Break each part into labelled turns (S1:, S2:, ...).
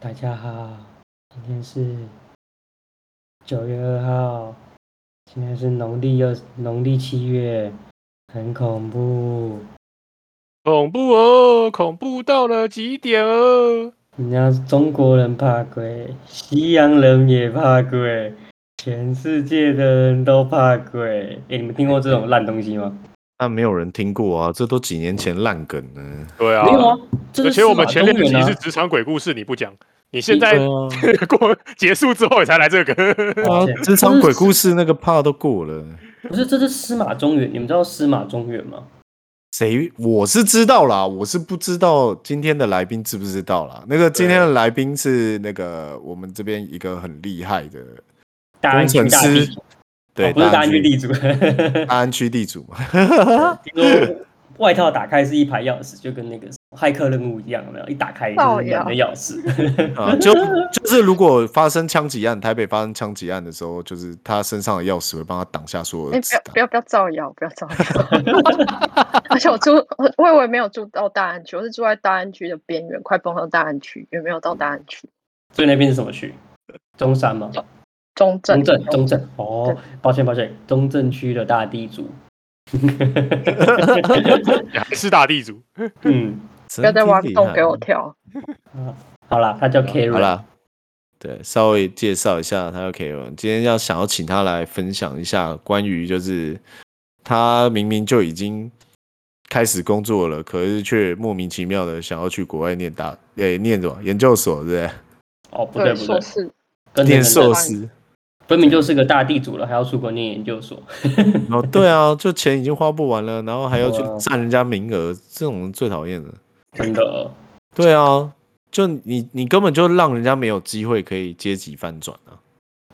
S1: 大家好，今天是九月二号，今天是农历二农历七月，很恐怖。
S2: 恐怖哦，恐怖到了极点哦！
S1: 人家中国人怕鬼，西洋人也怕鬼，全世界的人都怕鬼。哎、你们听过这种烂东西吗？
S3: 那没有人听过啊，这都几年前烂梗呢。
S2: 对啊，
S1: 没有啊，这
S2: 而
S1: 是
S2: 且我们前两集
S1: 司马中
S2: 是
S1: 原啊
S2: 职场鬼故事，你不讲，你现在
S3: 啊，
S2: 过结束之后你才来这个，
S1: 抱歉
S3: 职场鬼故事那个怕都过了，
S1: 哦不是，这是司马中原。你们知道司马中原吗？
S3: 谁我是知道啦，我是不知道今天的来宾知不知道啦。那个今天的来宾是那个我们这边一个很厉害的，
S1: 大安区大
S3: 工程
S1: 地
S3: 师
S1: 主，
S3: 对，
S1: 哦不是大安区
S3: 地
S1: 地主。
S3: 大安区地主嘛。
S1: 听说外套打开是一排钥匙，就跟那个骇客任务一样，有没有？一打开就是两个钥匙。
S3: 啊，就就是如果发生枪击案，台北发生枪击案的时候，就是他身上的钥匙会帮他挡下所有的
S4: 哎、不
S3: 子
S4: 要
S3: 弹
S4: 不。要不要造谣， 不要造谣！而且我住，我我以为没有住到大安区，我是住在大安区的边缘，快碰到大安区，也没有到大安区。
S1: 所以那边是什么区？中山吗？
S4: 中正，
S1: 中正，中正。哦
S4: 对，
S1: 抱歉，抱歉，中正区的大地主。
S2: 还是大地主。
S1: 嗯，
S3: 不
S4: 不要再挖洞给我跳。
S1: 好啦，他叫 Karen。
S3: 好啦，对，稍微介绍一下他的 K O。今天要想要请他来分享一下关于就是他明明就已经开始工作了，可是却莫名其妙的想要去国外念大，诶、念什么研究所，对不对？
S1: 哦，不对不对
S4: 硕，士，
S1: 跟
S3: 呃念
S1: 那
S3: 硕
S1: 个
S3: 士。
S1: 分明就是个大地主了，还要出国念研究所。
S3: 哦，对啊，就钱已经花不完了，然后还要去
S1: 哇
S3: 占人家名额，这种人最讨厌了。
S1: 真的，
S3: 对啊，就你你根本就让人家没有机会可以阶级翻转啊！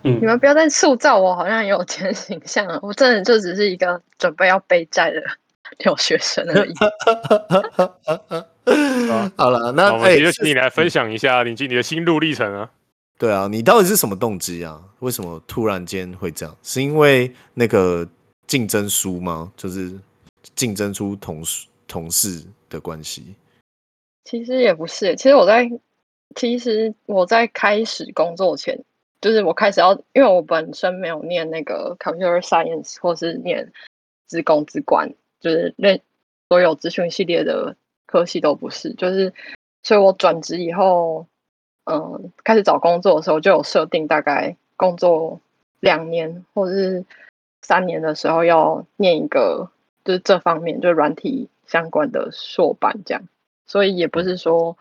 S1: 嗯
S4: 你，们不要再塑造我好像有钱形象了，我真的就只是一个准备要背债的留学生而已。
S2: 啊
S3: 好了，那
S2: 好我们
S3: 哎、
S2: 也就请
S3: 是
S2: 你来分享一下你你的心路历程啊。
S3: 对啊，你到底是什么动机啊？为什么突然间会这样？是因为那个竞争输吗？就是竞争出同事同事的关系？
S4: 其实也不是，其实我在，其实我在开始工作前，就是我开始要，因为我本身没有念那个 computer science 或是念资工资管，就是类所有资讯系列的科系都不是，就是所以我转职以后，嗯，开始找工作的时候就有设定，大概工作两年或是三年的时候要念一个就是这方面就软体相关的硕班这样。所以也不是说，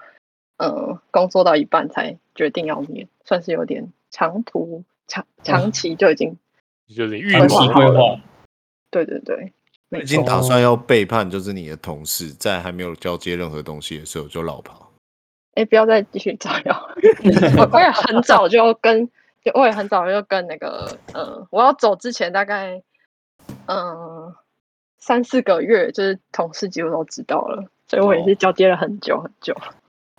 S4: 呃，工作到一半才决定要念，算是有点长途长长期就已经，
S2: 就是你预
S1: 长期
S2: 谋好
S1: 规
S2: 了，
S1: 划。
S4: 对对对，没
S3: 已经
S4: 错
S3: 打算要背叛，就是你的同事，在还没有交接任何东西的时候就绕跑。
S4: 哎，不要再继续造谣，我我也很早就跟，就我也很早就跟那个，呃，我要走之前大概，嗯，三四个月，就是同事几乎都知道了，所以我也是交接了很久很久。
S1: 哦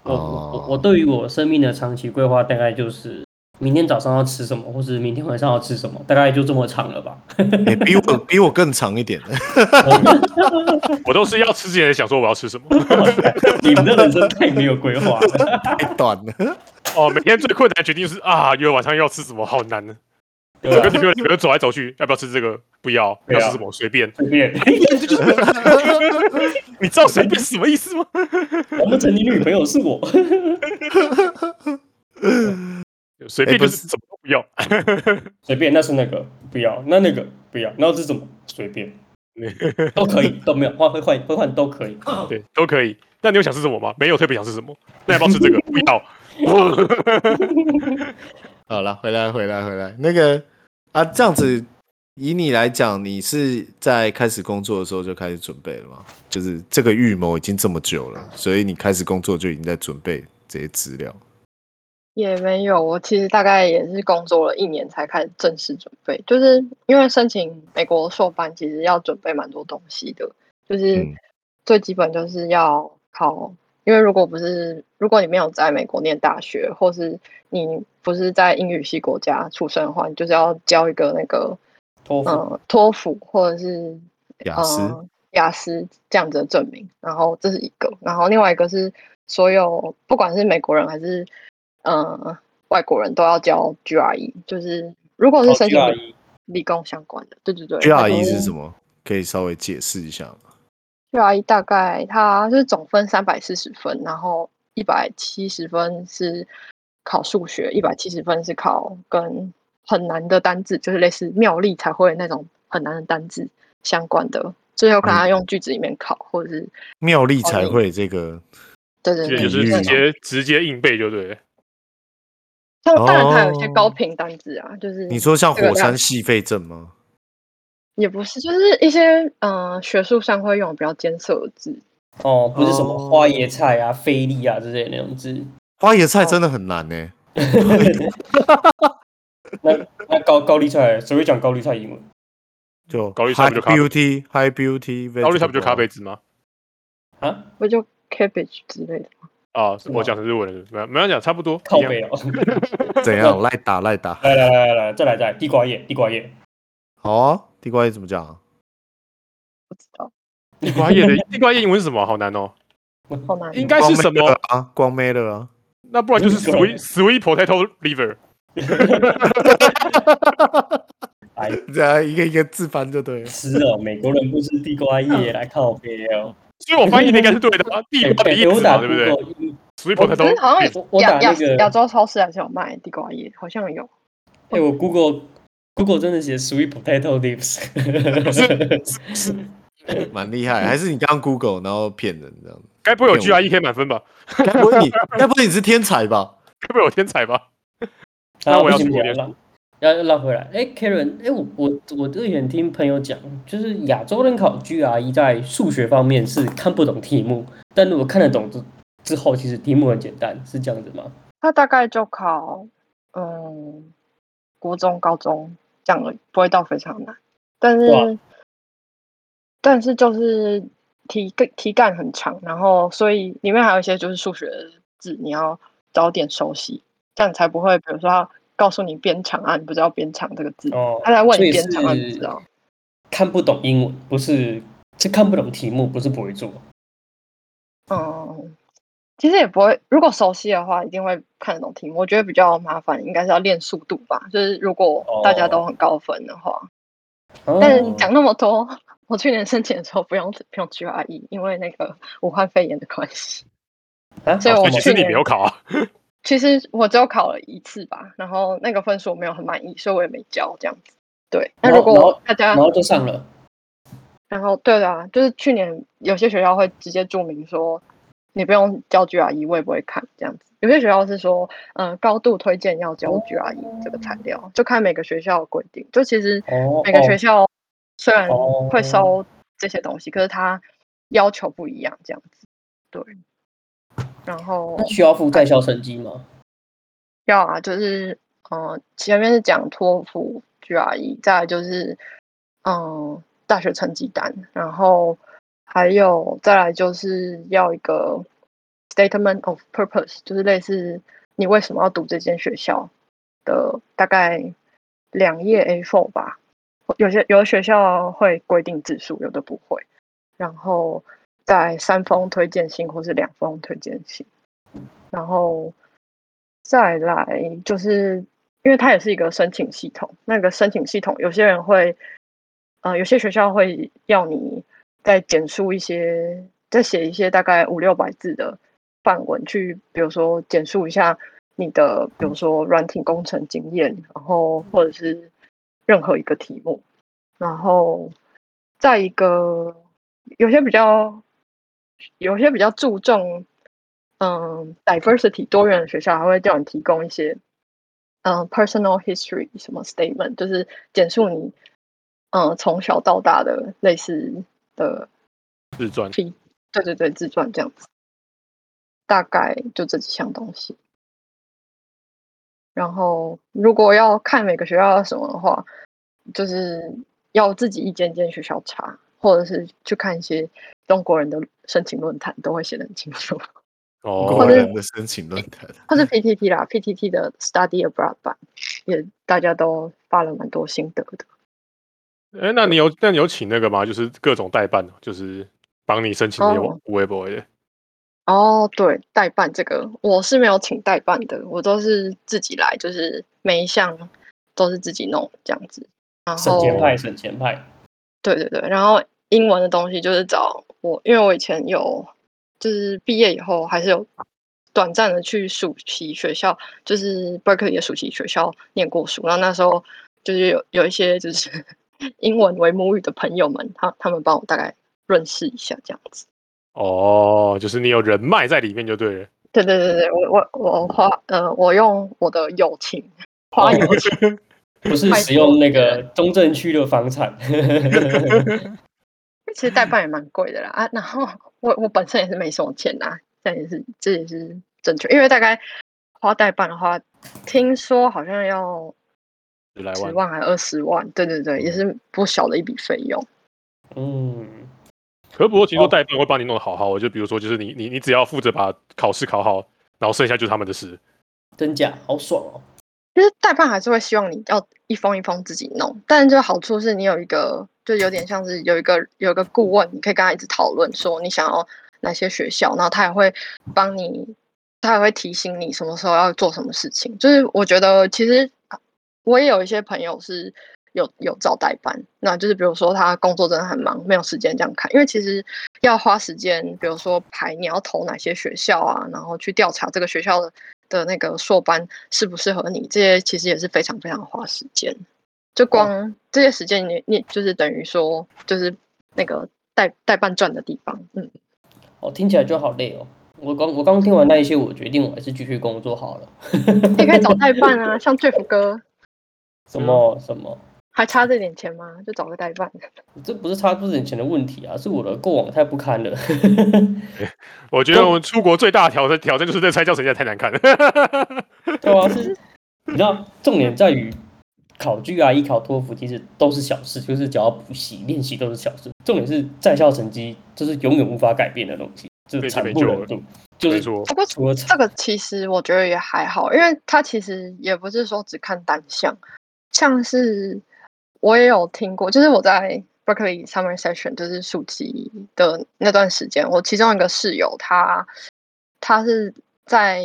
S1: 我我
S3: 哦
S1: 我我对于我生命的长期规划，大概就是明天早上要吃什么，或是明天晚上要吃什么，大概就这么长了吧。
S3: 哎、比我 比我更长一点。
S2: 我都是要吃之前想说我要吃什么。
S1: 你们的人生太没有规划了。
S3: 太短了。
S2: 哦，每天最困难的决定是啊，因为晚上要吃什么好难呢。
S1: 对
S2: 我跟
S1: 啊，
S2: 女朋友两个人走来走去，要不要吃这个？不要，
S1: 对
S2: 要
S1: 啊
S2: 吃什么随便。
S1: 随便。
S2: 你知道随便是什么意思吗？
S1: 我们曾经女朋友是我，
S2: 随便
S3: 哎不
S2: 就是是什么都不要。
S1: 随便，那是那个不要，那那个不要，那是什么随便，都可以，都没有换会换会换都可以。
S2: 对，都可以。那你有想吃什么吗？没有特别想吃什么。那要不要吃这个？不要。
S3: 好了，回来，回来，回来。那个啊，这样子，以你来讲，你是在开始工作的时候就开始准备了吗？就是这个预谋已经这么久了，所以你开始工作就已经在准备这些资料。
S4: 也没有，我其实大概也是工作了一年才开始正式准备，就是因为申请美国硕班，其实要准备蛮多东西的，就是
S3: 嗯
S4: 最基本就是要考，因为如果不是如果你没有在美国念大学，或是你不是在英语系国家出生的话，你就是要交一个那个
S5: 托福、
S4: 呃托福或者是
S3: 雅思
S4: 呃雅思这样子的证明，然后这是一个，然后另外一个是所有不管是美国人还是呃外国人都要交 GRE，就是如果是
S5: 哦
S4: 申请
S5: GRE
S4: 理工相关的，对对对
S3: GRE E 是什
S4: 么
S3: 么？可以稍微解释一下吗？
S4: ？GRE E 大概它是总分三百四十分，然后一百七十分是考数学，一百七十分是考跟很难的单字，就是类似妙力才会那种很难的单字相关的，最后
S3: 嗯
S4: 可能要用句子里面考，或者是
S3: 妙丽才会这
S4: 哦
S3: 个
S4: 对对
S2: 这
S4: 对，
S2: 就是
S3: 比
S2: 直
S3: 喻
S4: 那种
S2: 接直接硬背就对了。
S4: 像当然它有一些高
S3: 哦
S4: 频单字啊，就是
S3: 你说像
S4: 这个
S3: 火
S4: 量
S3: 山细肺症吗？
S4: 也不是，就是一些呃学术上会用的比较艰涩的字，
S5: 哦，不是什么
S3: 哦
S5: 花椰菜啊、菲力啊之类的那种字。
S3: 花椰
S4: 哦
S3: 菜真的很难呢、
S5: 那那高高丽菜，谁会讲高丽菜英文？
S3: 就
S2: 高丽菜
S3: high
S2: 不就咖啡
S3: beauty high beauty，
S2: 高丽菜不就咖啡籽吗？
S5: 啊，
S4: 不就 cabbage 之类的。
S2: 啊，
S5: 吗
S2: 我讲成日文了，没有没有讲差不多
S5: 靠
S2: 一样
S5: 背哦。
S3: 怎样？赖打赖打，
S5: 来来来来来，再来再来，地瓜叶，地瓜叶，
S3: 好啊！地瓜叶怎么讲啊？
S4: 不知道，
S2: 地瓜叶的地瓜叶英文是什么？好难哦，
S4: 好难哦。
S2: 应该是什
S3: 光妹
S2: 么
S3: 了？啊？光妹了啊！
S2: 那不然就是
S5: 那个
S2: sweet sweet potato liver。
S5: 来
S3: 这样一个一个字翻就对了。
S5: 吃哦，美国人不吃地瓜 叶，来靠背哦。
S2: 所以我翻译的应该是对的啊，地瓜的意
S5: 哎我
S2: 思嘛，
S5: 打
S2: 对不对
S5: Google 英
S2: ？sweet
S4: 可
S2: potato
S4: 是好
S2: liver
S4: 像
S5: 我我打
S4: 亚亚
S5: 那个
S4: 亚洲超市还是有卖地瓜叶，好像有。
S5: 哎、我 Google Google 真的写 sweet potato leaves，
S3: 蛮厉 害，还是你刚刚 Google 然后骗人 这样？
S2: 该不会有
S3: 骗我
S2: GRE 可以满分吧？
S3: 该不会你，该不会你是天才吧？
S2: 该不会有天才吧？
S5: 然
S2: 那
S5: 后
S2: 我
S5: 不
S2: 要
S5: 行
S2: 出国
S5: 我要
S2: 念
S5: 让要要绕回来。哎、k a r e n 哎、我我我之前听朋友讲，就是亚洲人考 GRE 在数学方面是看不懂题目，但如果看得懂之之后，其实题目很简单，是这样子吗？
S4: 它大概就考嗯国中、高中这样而已，不会到非常难。但
S5: 哇
S4: 是但是就是题干题干很长，然后所以里面还有一些就是数学的字，你要早点熟悉，这样才不会，比如说他告诉你编长啊，你不知道编长这个字，
S5: 哦
S4: 他来问
S5: 所
S4: 你
S5: 以
S4: 编长啊，你
S5: 是
S4: 不知道。
S5: 看不懂英文，不是是看不懂题目，不是不会做。
S4: 嗯，其实也不会，如果熟悉的话，一定会看得懂题目。我觉得比较麻烦，应该是要练速度吧。就是如果大家都很高分的话，
S5: 哦
S4: 但是讲那么多，我去年申请的时候不用不用 GRE，因为那个武汉肺炎的关系。
S5: 啊
S4: 所以
S5: 好
S4: 我
S2: 所以
S4: 们
S2: 其
S4: 去
S2: 实你没
S4: 年
S2: 有考啊，
S4: 其实我只有考了一次吧，然后那个分数我没有很满意，所以我也没交这样子。对，那
S5: 然后
S4: 如
S5: 然后
S4: 果大家
S5: 然后就上了。
S4: 然后对的啊，就是去年有些学校会直接注明说，你不用交 GRE，我也不会看这样子。有些学校是说，嗯、高度推荐要交 GRE 这个材料，就看每个学校的规定。就其实
S5: 哦
S4: 每个学
S5: 哦
S4: 校虽然
S5: 哦
S4: 会收这些东西，可是它要求不一样这样子。对，然后
S5: 那需要付在校成绩吗？
S4: 要啊，就是嗯、呃前面是讲托福、GRE，再来就是嗯、呃大学成绩单，然后还有再来就是要一个 statement of purpose，就是类似你为什么要读这间学校的大概两页 A4 吧。有些有的学校会规定字数，有的不会。然后在三封推荐信或是两封推荐信，然后再来就是因为它也是一个申请系统，那个申请系统有些人会，呃，有些学校会要你再简述一些，再写一些大概五六百字的范文去，比如说简述一下你的，比如说软体工程经验，然后或者是任何一个题目，然后再一个有些比较，有些比较注重，嗯，diversity 多元的学校还会叫你提供一些，嗯，personal history 什么 statement，就是简述你嗯、从小到大的类似的，
S2: 自传
S4: 对对对，自传这样子，大概就这几项东西。然后如果要看每个学校要什么的话，就是要自己一间间学校查，或者是去看一些中国人的申请论坛，都会写得很清楚。
S3: 过
S4: 或者
S2: 哦，
S3: 人的申请论坛，
S4: 或是 PTT 啦，PTT 的 Study Abroad 版也大家都发了蛮多心得的。
S2: 哎，那你有那你有请那个吗？就是各种代办，就是帮你申请那
S4: 哦
S2: 种微博的。
S4: 哦，对，代办这个我是没有请代办的，我都是自己来，就是每一项都是自己弄这样子。然
S3: 省
S4: 后，
S3: 钱
S1: 钱派，省钱派，
S4: 对对对，然后英文的东西就是找我，因为我以前有就是毕业以后还是有短暂的去暑期学校，就是 Berkeley 的暑期学校念过书，然后那时候就是有有一些就是 英文为母语的朋友们，他他们帮我大概认识一下这样子。
S2: 哦，就是你有人脉在里面就对了。
S4: 对对对对，我我我花呃，我用我的友情花友情，
S1: 不是使用那个中正区的房产。
S4: 其实代办也蛮贵的啦啊。然后我我本身也是没什么钱啦，这也是这也是正确，因为大概花代办的话，听说好像要
S2: 十来
S4: 十
S2: 万，
S4: 万还二十万，对对对，也是不小的一笔费用。
S1: 嗯，
S2: 可不过其实说
S4: 哦
S2: 代办会帮你弄得好好的，就比如说就是你你你只要负责把考试考好，然后剩下就是他们的事。
S1: 真假好爽哦。
S4: 其实代办还是会希望你要一封一封自己弄，但就好处是你有一个，就有点像是有一个有一个顾问，你可以跟他一直讨论说你想要哪些学校，然后他也会帮你，他也会提醒你什么时候要做什么事情。就是我觉得其实我也有一些朋友是有有找代班，那就是比如说他工作真的很忙，没有时间这样看，因为其实要花时间，比如说排你要投哪些学校啊，然后去调查这个学校的的那个硕班适不适合你，这些其实也是非常非常花时间。就光这些时间你，你就是等于说就是那个代代办赚的地方，嗯，
S1: 哦，听起来就好累哦。我刚我刚听完那一些，我决定我还是继续工作好了。
S4: 你可以找代办啊，像 Jeff 哥
S1: 什么什么？
S4: 还差这点钱吗？就找个代办。
S1: 这不是差不点钱的问题啊，是我的过往太不堪了。
S2: 我觉得
S4: 哦
S2: 我们出国最大的挑战挑战就是这个猜教程实在太难 看了。
S1: 对啊，是，你知道，重点在于考 GRE、考托福，其实都是小事，就是只要补习、练习都是小事。重点是在校成绩，这是永远无法改变的东西，这
S2: 对
S1: 是
S2: 这没
S1: 惨不
S2: 救
S1: 忍
S2: 了
S1: 睹。就
S2: 没
S1: 是
S2: 错，哦
S4: 不过
S1: 除了
S4: 这个其实我觉得也还好，因为他其实也不是说只看单项，像是我也有听过，就是我在 Berkeley Summer Session 就是暑期的那段时间，我其中一个室友他他是在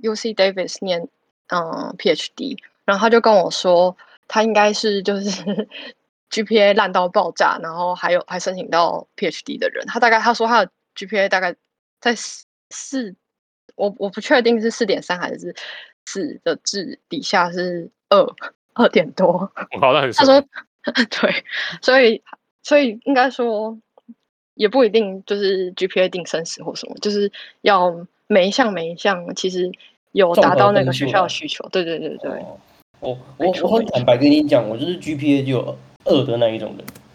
S4: UC Davis 念嗯 PhD，然后他就跟我说，他应该是就是 GPA 烂到爆炸，然后还有还申请到 PhD 的人。他大概他说他的 GPA 大概在四四，我我不确定是四点三还是四的字底下是二二点多。
S2: 我考那很神。
S4: 他说 对，所以所以应该说也不一定就是 GPA 定生死或什么，就是要每一项每一项其实有
S1: 综
S4: 达
S1: 合
S4: 到那
S1: 分
S4: 个
S1: 数
S4: 学校
S1: 啊
S4: 的需求。对对对对。
S1: 哦我
S4: 没
S1: 我
S4: 错
S1: 我很
S4: 没
S1: 坦白跟你讲，我就是 GPA 就有二的那一种人。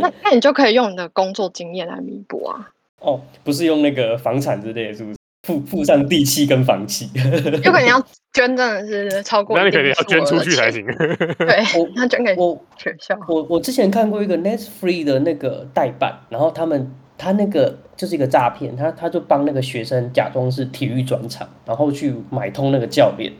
S4: 那那你就可以用你的工作经验来弥补啊，
S1: 哦，不是用那个房产之类的，是不是？附附上地契跟房契。
S4: 有可能要捐真的是超过
S2: 那你
S4: 一
S2: 可
S4: 定
S2: 能要
S4: 数
S2: 捐
S4: 额
S2: 出
S4: 的
S2: 去才
S4: 钱。
S2: 行。
S1: 我
S4: 对，那捐给
S1: 我
S4: 学校。
S1: 我我之前看过一个 Netflix 的那个代办，然后他们他那个就是一个诈骗，他他就帮那个学生假装是体育专场，然后去买通那个教练，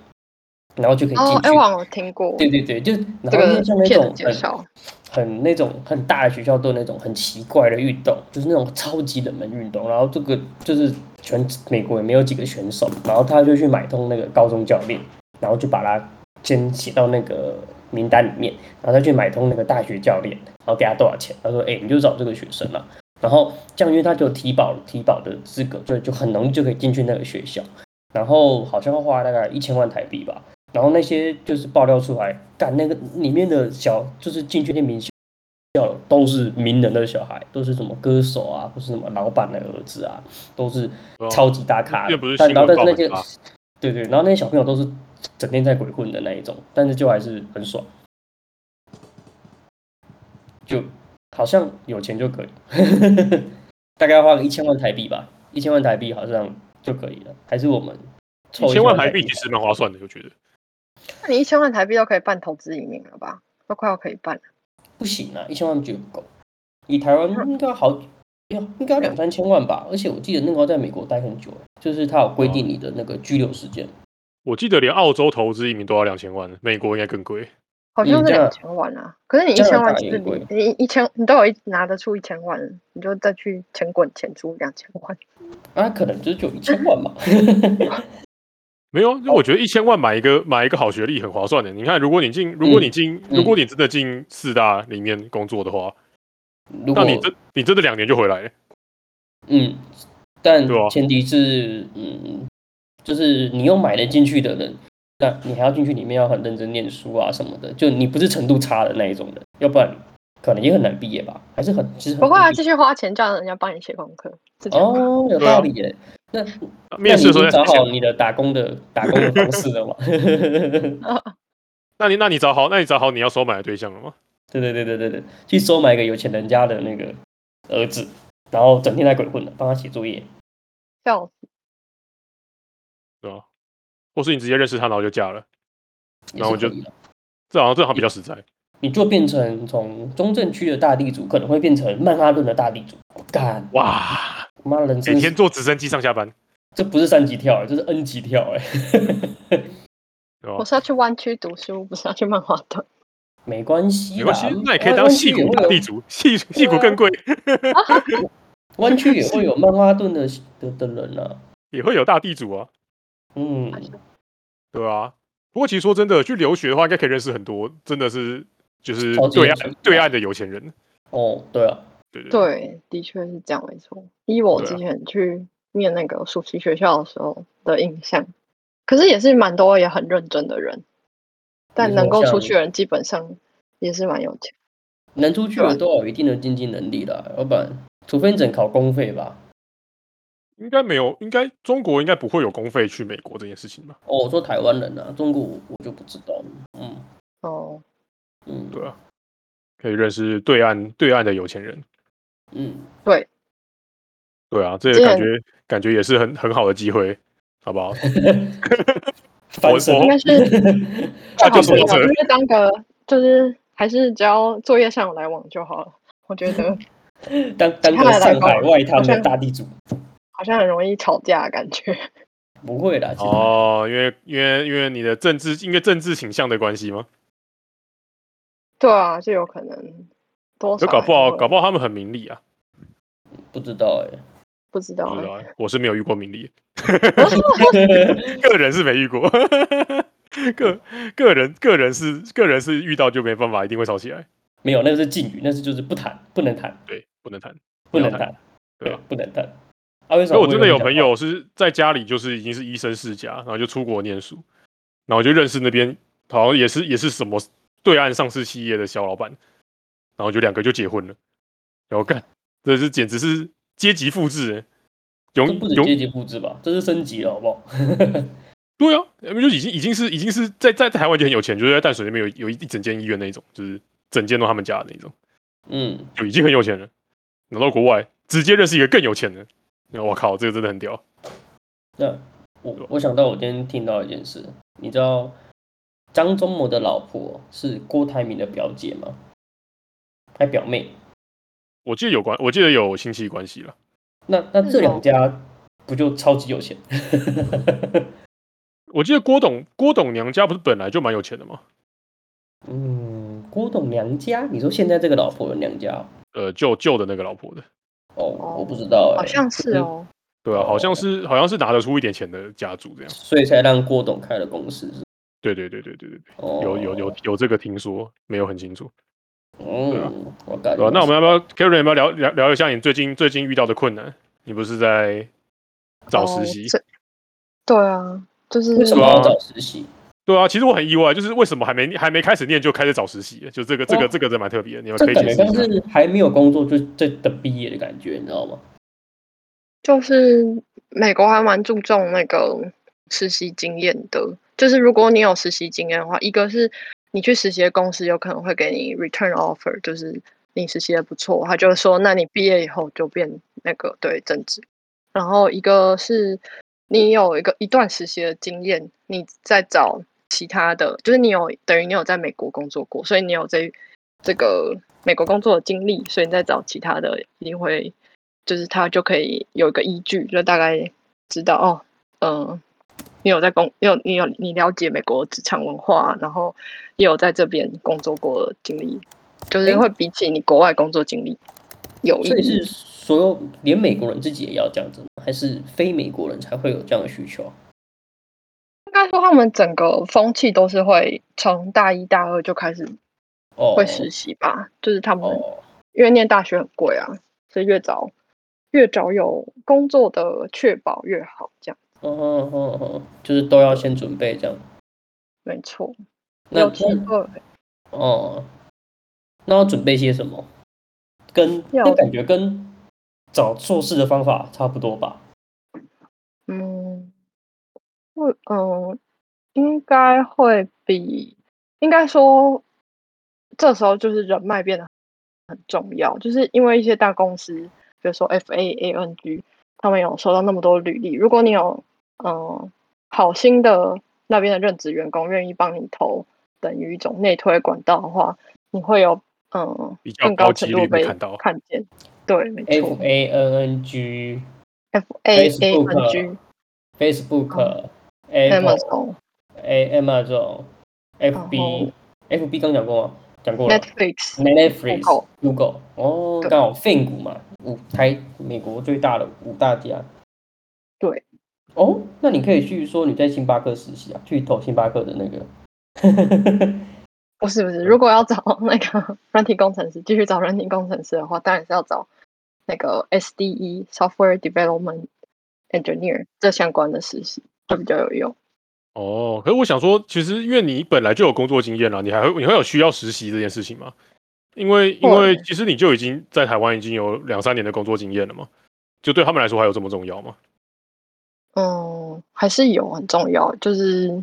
S1: 然后就可以进
S4: 哦，
S1: 去。
S4: 哎，我好像听过
S1: 对对对，就然
S4: 这
S1: 后因为
S4: 个
S1: 像那
S4: 骗人
S1: 种
S4: 介
S1: 很
S4: 绍。
S1: 很那种很大的学校都有那种很奇怪的运动，就是那种超级冷门运动，然后这个就是全美国也没有几个选手，然后他就去买通那个高中教练，然后就把他先写到那个名单里面，然后再去买通那个大学教练，然后给他多少钱，他说，哎、你就找这个学生了、然后这样，因为他就有提保提保的资格，就就很容易就可以进去那个学校，然后好像要花大概一千万台币吧，然后那些就是爆料出来，干那个里面的小就是进去那名校都是名人的小孩，都是什么歌手啊，或是什么老板的儿子啊，都是
S2: 哦
S1: 超级大咖的。
S2: 这不是
S1: 但
S2: 新
S1: 然后
S2: 闻
S1: 但
S2: 报
S1: 是那些
S2: 的吧
S1: 对对，然后那些小朋友都是整天在鬼混的那一种，但是就还是很爽。就好像有钱就可以， 大概要花个一千万台币吧，一千万台币好像就可以了，还是我们凑
S2: 一千
S1: 1000
S2: 万
S1: 万
S2: 台
S1: 币
S2: 币其实蛮划算的，我觉得。
S4: 那你一千万台币都可以办投资移民了吧？都快要可以办了。
S1: 不行啊，一千万就不够，以台湾应该好，哎呀，应该要两三千万吧，而且我记得那个要在美国待很久，就是他有规定你的那个居留时间，
S2: 我记得连澳洲投资移民都要两千万，美国应该更贵。
S4: 好像
S1: 嗯
S4: 是
S1: 加拿
S4: 两千万啊，可是你一
S1: 加拿
S4: 千万
S1: 大
S4: 其
S1: 也
S4: 实你
S1: 贵
S4: 你一千你都有一拿得出一千万了，你就再去钱滚钱出两千万。
S1: 啊，可能就是就一千万吧。
S2: 没有啊，我觉得一千万买一个买一个好学历很划算的。你看，如果你进，如果你进，
S1: 嗯
S2: 如果你真的进四大里面工作的话，那
S1: 如果
S2: 你真你真的两年就回来了。
S1: 嗯，但
S2: 对啊
S1: 前提是，嗯，就是你有买得进去的人，那你还要进去里面要很认真念书啊什么的，就你不是程度差的那一种人，要不然可能也很难毕业吧，还是很其实很
S4: 不会啊，
S1: 难毕
S4: 继
S1: 业
S4: 续花钱叫人家帮你写功课，是这样吗？
S1: 嗯哦，有
S2: 对啊
S1: 道理耶。那
S2: 啊面试的时
S1: 那你已
S2: 候
S1: 经
S2: 再
S1: 找
S2: 想
S1: 好你的打工的打工的方式了吗？
S2: 那你那你找好，那你找好你要收买的对象了吗？
S1: 对对对对对对，去收买一个有钱人家的那个儿子，然后整天在鬼混的，帮他写作业。
S4: 笑死！
S2: 对吧？或是你直接认识他，然后就嫁了，
S1: 也
S2: 然后
S1: 是
S2: 就
S1: 可以的
S2: 这好像这好像比较实 在。
S1: 你就变成从中正区的大地主，可能会变成曼哈顿的大地主。干，
S2: 哇，
S1: 我妈人
S2: 每
S1: 生
S2: 天坐直升机上下班，
S1: 这不是三级跳、这是 N 级跳哎、
S2: 对吧
S4: 我？是要去湾区读书，不是要去漫画的。
S1: 没关系啦，
S2: 没关系，那你可以当
S1: 湾
S2: 戏骨大地，主，戏戏骨更贵，
S1: 湾区也 会有湾区也会有曼哈顿的的的人啊。
S2: 也会有大地主啊，
S1: 嗯，
S2: 对啊。不过其实说真的，去留学的话，应该可以认识很多，真的是就是
S1: 超级
S2: 对
S1: 有钱
S2: 岸对岸的有钱人，
S1: 哦，对啊，
S2: 对对对，
S4: 对，的确是这样，没错。依我
S2: 嗯对啊
S4: 之前去念那个暑期学校的时候的印象，可是也是蛮多也很认真的人，但
S1: 你
S4: 能
S1: 说
S4: 够出
S1: 像
S4: 去的人基本上也是蛮有钱。
S1: 能出去的
S2: 啊
S1: 都要有一定的经济能力啦，要不然除非你整考公费吧。
S2: 应该没有，应该中国应该不会有公费去美国这件事情吧？
S1: 哦，我说台湾人啊，中国我我就不知道了。嗯
S4: 哦，
S1: 嗯，
S2: 对啊，可以认识对岸对岸的有钱人，
S1: 嗯，
S2: 对啊，这
S4: 之
S2: 个感
S4: 前
S2: 觉感觉也是很很好的机会，好不好？
S1: 翻身
S2: 我
S4: 应该是
S2: 那
S4: 最好
S2: 就说
S4: 不
S2: 到
S4: 要，
S2: 这
S4: 就是当个就是还是只要作业上有来往就好了。我觉 得
S1: 当当
S4: 他
S1: 个
S4: 来
S1: 上
S4: 搞
S1: 海外滩
S4: 好
S1: 的
S4: 像
S1: 大地主，
S4: 好像很容易吵架的感觉。
S1: 不会啦，其实
S2: 哦，因为因为因为你的政治，因为政治倾向的关系吗？
S4: 对啊，就有可能多
S2: 就
S4: 少
S2: 搞不
S4: 还是
S2: 好，
S4: 会
S2: 搞不好他们很明理啊，
S1: 不知道哎、
S4: 不知道
S2: 不知
S4: 欸
S2: 道。啊，我是没有遇过明理，
S1: 欸。
S2: 个人是没遇过，个个人个人是个人是遇到就没办法，一定会吵起来，
S1: 没有，那个是禁语，那是就是不谈，不能谈，
S2: 对，不能谈。
S1: 不
S2: 不
S1: 能
S2: 能
S1: 谈
S2: 谈，对啊，
S1: 不能谈。啊，为什
S2: 所以
S1: 么？
S2: 我真的有朋，友是在家里就是已经是医生世家，然后就出国念书，然后就认识那边好像也是也是什么对岸上市企业的小老板，然后就两个就结婚了，然后干，这是简直是阶级复制、欸，
S1: 这
S2: 永
S1: 不止
S2: 永
S1: 阶级复制吧，这是升级了，好不 好？
S2: 对啊，那就已经已经是已经是在在在台湾就很有钱，就是在淡水那边有有一一整间医院那种，就是整间都他们家的那种，
S1: 嗯，
S2: 就已经很有钱了。拿到国外直接认识一个更有钱的，我靠，这个真的很屌。
S1: 那我我想到我今天听到一件事，你知道张忠谋的老婆是郭台铭的表姐吗？还表妹？
S2: 我记得有关，我记得有亲戚关系了。
S1: 那那这
S4: 是
S1: 两
S4: 哦
S1: 家不就超级有钱？
S2: 我记得郭董郭董娘家不是本来就蛮有钱的吗？
S1: 嗯，郭董娘家，你说现在这个老婆有娘家哦？
S2: 呃，旧旧的那个老婆的，
S1: 哦，我不知道、欸，
S4: 好像是
S1: 就是
S4: 哦，
S2: 对啊，
S1: 哦
S2: 好像是好像是拿得出一点钱的家族这样。
S1: 所以才让郭董开了公司。是
S2: 对对对对对对对，
S1: 哦，
S2: 有有有，有这个听说，没有很清楚。对啊
S1: 嗯，我感
S2: 对
S1: 觉
S2: 吧、那我们要不要 Karen 要不要聊聊聊一下你最近最近遇到的困难？你不是在找
S4: 哦
S2: 实习？
S4: 这对啊，就是
S1: 为什么要找实习？
S2: 对啊，其实我很意外，就是为什么还没还没开始念就开始找实习了，就这个这
S1: 哦
S2: 个这个真蛮特别的，你们
S1: 这
S2: 可以
S1: 感
S2: 解
S1: 觉
S2: 释
S1: 像
S2: 一下。
S1: 是还没有工作就在等毕业的感觉，你知道吗？
S4: 就是美国还蛮注重那个实习经验的，就是如果你有实习经验的话，一个是你去实习的公司有可能会给你 return offer，就是你实习的不错，他就说那你毕业以后就变那个对政治，然后一个是你有一个一段实习的经验，你再找其他的，就是你有等于你有在美国工作过，所以你有这这个美国工作的经历，所以你再找其他的一定会就是他就可以有一个依据，就大概知道哦，嗯、你有在工，你有你有你了解美国职场文化，然后也有在这边工作过的经历，就是会比起你国外工作经历有意
S1: 所以
S4: 义。
S1: 是所有连美国人自己也要这样子吗？还是非美国人才会有这样的需求？
S4: 应该说他们整个风气都是会从大一大二就开始
S1: 哦，
S4: 会实习吧，就是他们
S1: 哦，
S4: 因为念大学很贵啊，所以越早越早有工作的确保越好，这样
S1: 哦哦哦哦，就是都要先准备这样。
S4: 没错。
S1: 那
S4: 有机
S1: 那
S4: 会
S1: 哦，那要准备些什么？跟
S4: 要
S1: 那感觉跟找硕士的方法差不多吧？
S4: 嗯，会，嗯，应该会比，应该说，这时候就是人脉变得很重要，就是因为一些大公司，比如说 F A A N G，他们有收到那么多履历，如果你有，嗯，好心的那边的任职员工愿意帮你投，等于一种内推管道的话，你会有，嗯，
S2: 比较
S4: 更
S2: 高
S4: 高
S2: 几
S4: 程
S2: 率
S4: 度
S2: 会
S4: 被
S2: 看到
S4: 看见。对，没
S1: F
S4: 错
S1: A N N G
S4: ，F A A N G
S1: Facebook、Facebook、Apple、
S4: 哦
S1: 哎
S4: Amazon、
S1: A Amazon、
S4: 然
S1: FB、FB 刚讲过吗？讲过了。
S4: 哦 Netflix。
S1: Netflix
S4: Google、
S1: Google 哦，
S4: 对
S1: 刚好 fin 股嘛，五台美国最大的五大家。
S4: 对。
S1: 哦，那你可以去说你在星巴克实习啊，去投星巴克的那个。
S4: 不是不是，如果要找那个 软体工程师，继续找软体工程师的话，当然是要找那个 SDE Software Development Engineer 这相关的实习会比较有用。
S2: 哦，可是我想说，其实因为你本来就有工作经验了，你还会你会有需要实习这件事情吗？因为因
S4: 会
S2: 为其实你就已经在台湾已经有两三年的工作经验了嘛，就对他们来说还有这么重要吗？
S4: 嗯，还是有很重要，就是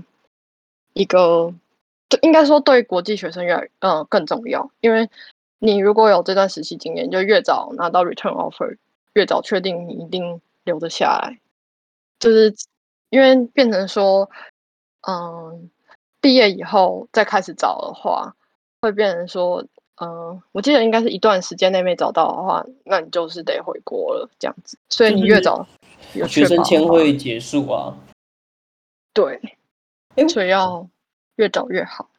S4: 一个，就应该说对国际学生越来呃更重要，因为你如果有这段实习经验，就越早拿到 return offer，越早确定你一定留得下来，就是因为变成说，嗯，毕业以后再开始找的话，会变成说，嗯，我记得应该是一段时间内没找到的话，那你就是得回国了，这样子，所以
S1: 就
S4: 你越
S1: 是
S4: 早有
S1: 学
S4: 确
S1: 生
S4: 保
S1: 签
S4: 的话
S1: 会结束啊？
S4: 对，
S1: 哎
S4: 所以要越早越好。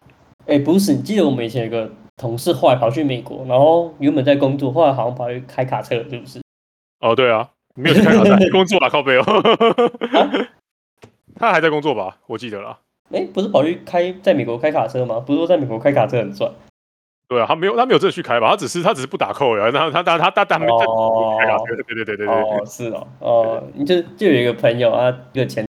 S1: 哎，不是，你记得我们以前有个同事后来跑去美国，然后原本在工作，后来好像跑去开卡车，是不是？
S2: 哦，对啊，没有去看卡 带工作啦，靠背哦。
S4: 啊
S2: 他还在工作吧？我记得啦。
S1: 哎，不是跑去开在美国开卡车吗？不是说在美国开卡车很赚？
S2: 对啊，他没有他没有真的去开吧？他只是他只是不打扣而已。然啊后他他他他他没在
S1: 哦
S2: 开卡车对对对对对对。
S1: 哦，是哦，哦，你就就有一个朋友啊，一个前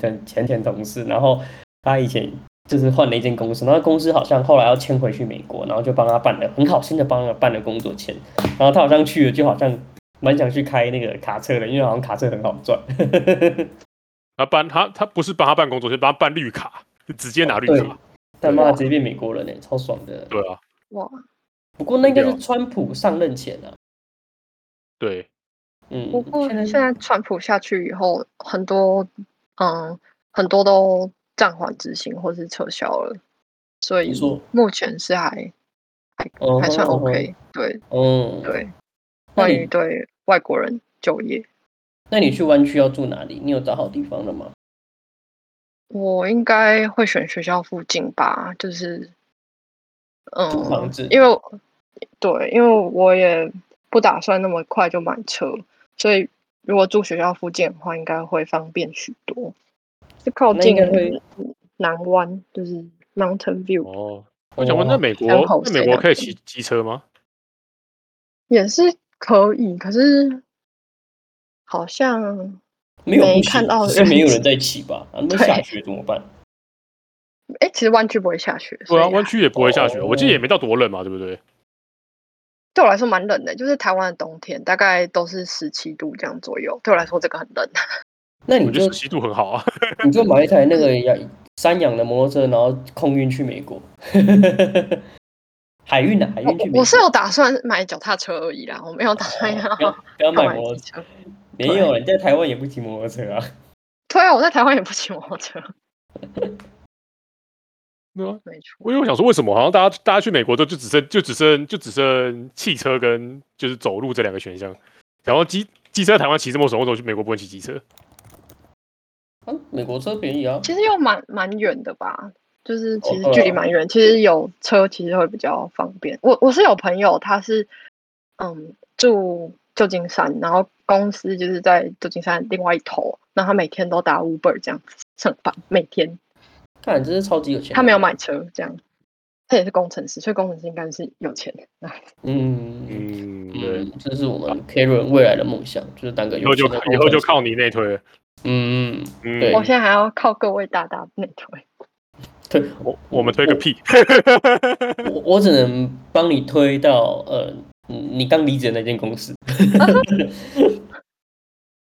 S1: 前前前同事，然后他以前就是换了一间公司，然后公司好像后来要迁回去美国，然后就帮他办了，很好心的帮他办了工作签，然后他好像去了，就好像蛮想去开那个卡车的，因为好像卡车很好赚。
S2: 他办他他不是帮他办工作，是帮他办绿卡，就直接拿绿
S4: 哦
S1: 对
S2: 卡。
S1: 他妈直接变美国人呢、欸超爽的。
S2: 对啊，
S4: 哇，
S1: 嗯不过那应该
S2: 对
S1: 是
S2: 啊
S1: 川普上任前啊，
S2: 对，
S1: 嗯，
S4: 不过
S1: 现在
S4: 现在川普下去以后，很多嗯很多都暂缓执行或是撤销了，所以
S1: 你说
S4: 目前是还
S1: 哦
S4: 还算
S1: 哦哦
S4: OK 对
S1: 嗯，
S4: 对，
S1: 那
S4: 关
S1: 你
S4: 于对外国人就业，
S1: 那你去湾区要住哪里？你有找好地方了吗？
S4: 我应该会选学校附近吧，就是
S1: 租房
S4: 嗯
S1: 子，
S4: 因为我对，因为我也不打算那么快就买车，所以如果住学校附近的话，应该会方便许多。是靠
S1: 那应
S4: 近
S1: 该会
S4: 南湾，就是 Mountain View，
S2: 哦。我想问，
S1: 哦
S2: 在美国
S4: 山口，
S2: 在美
S4: 县
S2: 国
S4: 那
S2: 可以
S4: 边
S2: 骑机车吗？
S4: 也是可以，可是好像
S1: 没有
S4: 没
S1: 不行
S4: 看到
S1: 只是没有
S4: 人
S1: 人在骑 吧？啊，那
S4: 对
S1: 下雪怎么办？
S4: 哎，其实湾区不会下雪，
S2: 对
S4: 所
S2: 啊，
S4: 以
S2: 湾区也不会下雪，我记得也
S1: 哦
S2: 没到多冷嘛，对不对？
S4: 对我来说蛮冷的，就是台湾的冬天大概都是十七度这样左右，对我来说这个很冷。
S1: 那
S2: 我
S1: 你
S2: 觉得熟
S1: 就
S2: 悉度很好啊。
S1: 你就买一台那个山羊的摩托车，然后空运去美国， 海运啊的、海运去美国
S4: 我哦我是有打算买脚踏车而已啦，我没有打算 要
S1: 不要不要
S4: 要
S1: 买
S4: 买
S1: 摩托
S4: 机
S1: 车，
S4: 车。
S1: 没有人在台湾也不骑摩托车啊。
S4: 对啊，我在台湾也不骑摩托车，
S2: 对啊，
S4: 没错。
S2: 我因为我想说，为什么好像大家大家去美国都就只剩就只剩就只剩汽车跟就是走路这两个选项，然后机机车在台湾骑这么爽，为什么去美国不能骑机车？
S1: 啊，美国车便宜啊，
S4: 其实又蛮蛮远的吧，就是其
S1: 哦
S4: 实距离
S1: 对啊
S4: 蛮远，其实有车其实会比较方便。我我是有朋友，他是嗯住旧金山，然后公司就是在旧金山另外一头，然后他每天都打 Uber 这样子上班，每天
S1: 看真是超级有钱。
S4: 他没有，买车这样。他也是工程师，所以工程师应该是有钱的。
S1: 嗯嗯
S2: 嗯，对，
S1: 嗯，这是我们 Karen 未来的梦想，就是当个
S2: 以
S1: 有
S2: 后就
S1: 钱的
S2: 以后就
S1: 工程师
S2: 靠你内推了。
S1: 嗯，嗯
S2: 嗯，
S1: 对
S4: 我现在还要靠各位大大内推。
S1: 对
S2: 我我们推个屁，
S1: 我我只能帮你推到呃，嗯你刚离职的那间公司，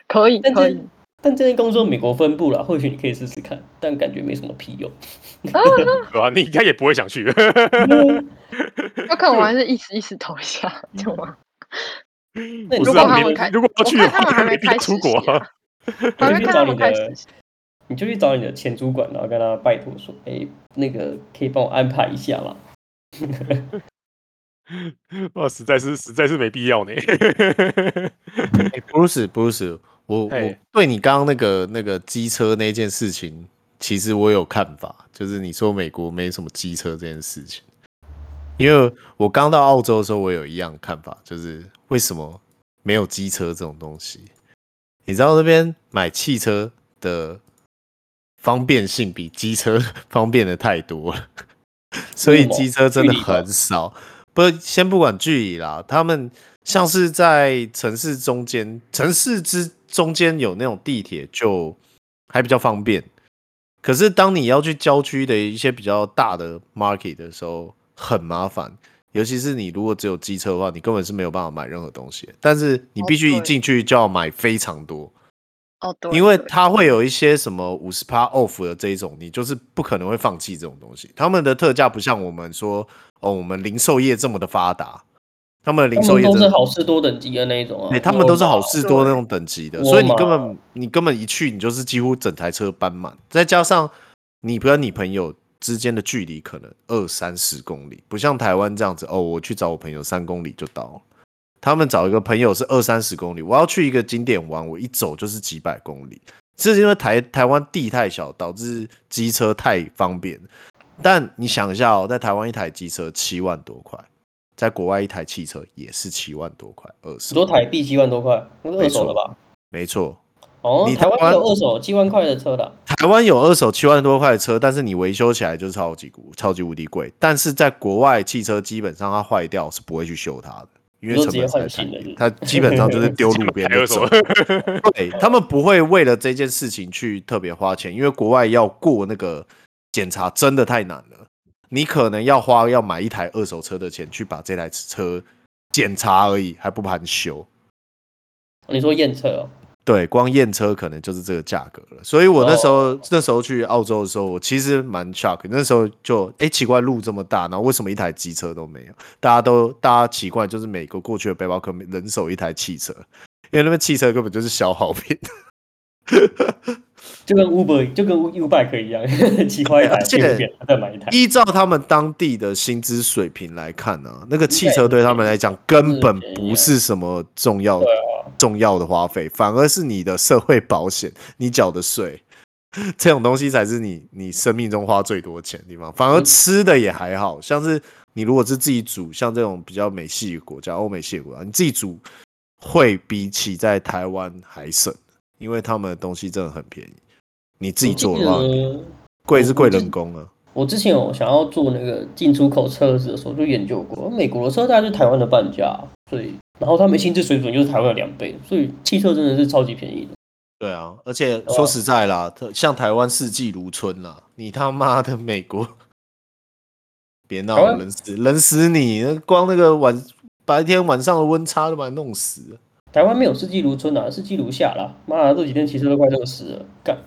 S4: 可以
S1: 但
S4: 可
S1: 这
S4: 以，
S1: 但这间工作美国分部了，或许你可以试试看，但感觉没什么屁 用。
S2: 对吧？你应该也不会想去。
S4: 有可能我还是意思意思投一下，懂吗？
S1: 那你
S2: 不
S4: 如
S2: 是
S4: 果
S2: 啊
S4: 他
S2: 你
S4: 们开
S2: 如果要去
S4: 我
S2: 的
S4: 看他们
S2: 话，
S4: 还没
S2: 一定要
S4: 开
S2: 出
S4: 始
S2: 国
S4: 写
S2: 啊
S4: 啊。
S1: 你就
S4: 还没
S1: 去
S4: 看
S1: 找
S4: 他
S1: 你
S4: 们开始
S1: 的，你就去找你的前主管，然后跟他拜托说，哎、那个可以帮我安排一下吗？
S4: 啊
S2: 哇，实在是实在是没必要呢。
S3: 哎、b r u c e Bruce，我我
S2: 嘿
S3: 对你刚刚那个那个机车那件事情，其实我有看法，就是你说美国没什么机车这件事情，因为我刚到澳洲的时候，我有一样看法，就是为什么没有机车这种东西？你知道那边买汽车的方便性比机车方便的太多了， 所以
S1: 为什么
S3: 机车真的
S1: 距离吧
S3: 很少。不，先不管距离啦，他们像是在城市中间，城市之中间有那种地铁，就还比较方便。可是当你要去郊区的一些比较大的 market 的时候，很麻烦。尤其是你如果只有机车的话，你根本是没有办法买任何东西的。但是你
S4: 哦
S3: 必须一
S4: 对
S3: 进去就要买非常多，
S4: 哦，对，
S3: 因为
S4: 对
S3: 它会有一些什么五十趴 off 的这一种，你就是不可能会放弃这种东西。他们的特价不像我们说哦，我们零售业这么的发达，他们的零
S1: 他
S3: 售
S1: 们
S3: 业
S1: 都
S3: 真
S1: 是
S3: 的
S1: 好事多等级的那一种啊，
S3: 对，他们都是好
S1: 事。
S3: 事多那种等级的，所以你根本你根本一去，你就是几乎整台车搬满，再加上你跟你朋友之间的距离可能二三十公里，不像台湾这样子哦，我去找我朋友三公里就到了。他们找一个朋友是二三十公里，我要去一个景点玩，我一走就是几百公里。这是因为台台湾地太小，导致机车太方便。但你想一下哦，在台湾一台机车七万多块，在国外一台汽车也是七万多块，二十
S1: 十多台币七万多块，那是二手的吧？
S3: 没错，
S1: 哦，
S3: 你
S1: 台
S3: 台
S1: 湾
S3: 湾
S1: 有二手七万块的车的啊，
S3: 台湾有二手七万多块的车，但是你维修起来就是超级古、超级无敌贵。但是在国外，汽车基本上它坏掉是不会去修它的，因为
S1: 你
S3: 成
S1: 就直接
S3: 本实在
S1: 换
S3: 太
S1: 新的
S3: 低
S1: 是
S3: 它基本上就是丢路边
S2: 还 有什
S3: 就走
S2: 么。？
S3: 对他们不会为了这件事情去特别花钱，因为国外要过那个检查真的太难了，你可能要花要买一台二手车的钱去把这台车检查而已，还不含修。
S1: 你说验车哦，
S3: 对，光验车可能就是这个价格了。所以我那时候、那时候去澳洲的时候，我其实蛮 shock。那时候就哎、诶奇怪，路这么大，然后为什么一台机车都没有？大家都大家奇怪，就是美国过去的背包客人手一台汽车，因为那边汽车根本就是消耗品。
S1: 就跟 Uber 就跟 U Bike 一样， 骑坏一台
S3: 而且
S1: 去路边再买一台，
S3: 依照他们当地的薪资水平来看呢、那个汽车对他们来讲根本不是什么重要
S1: 对啊，
S3: 重要的花费，反而是你的社会保险、你缴的税， 这种东西才是你你生命中花最多钱的地方。反而
S1: 嗯
S3: 吃的也还好，像是你如果是自己煮，像这种比较美系的国家、欧美系的国家，你自己煮会比起在台湾还省，因为他们的东西真的很便宜。你自己做的话，
S1: 嗯
S3: 贵是贵人工啊。
S1: 我之前有想要做那个进出口车子的时候，就研究过，美国的车大概是台湾的半价，所以然后他们薪资水准就是台湾的两倍，所以汽车真的是超级便宜的。
S3: 对啊，而且
S1: 哦
S3: 说实在啦，特像台湾四季如春啦，你他妈的美国，别闹
S1: 台
S3: 了，
S1: 湾
S3: 冷死冷死你！那光那个晚白天晚上的温差都把你弄死了。
S1: 台湾没有四季如春啊，四季如夏啦。妈的，这几天骑车都快热死了，干。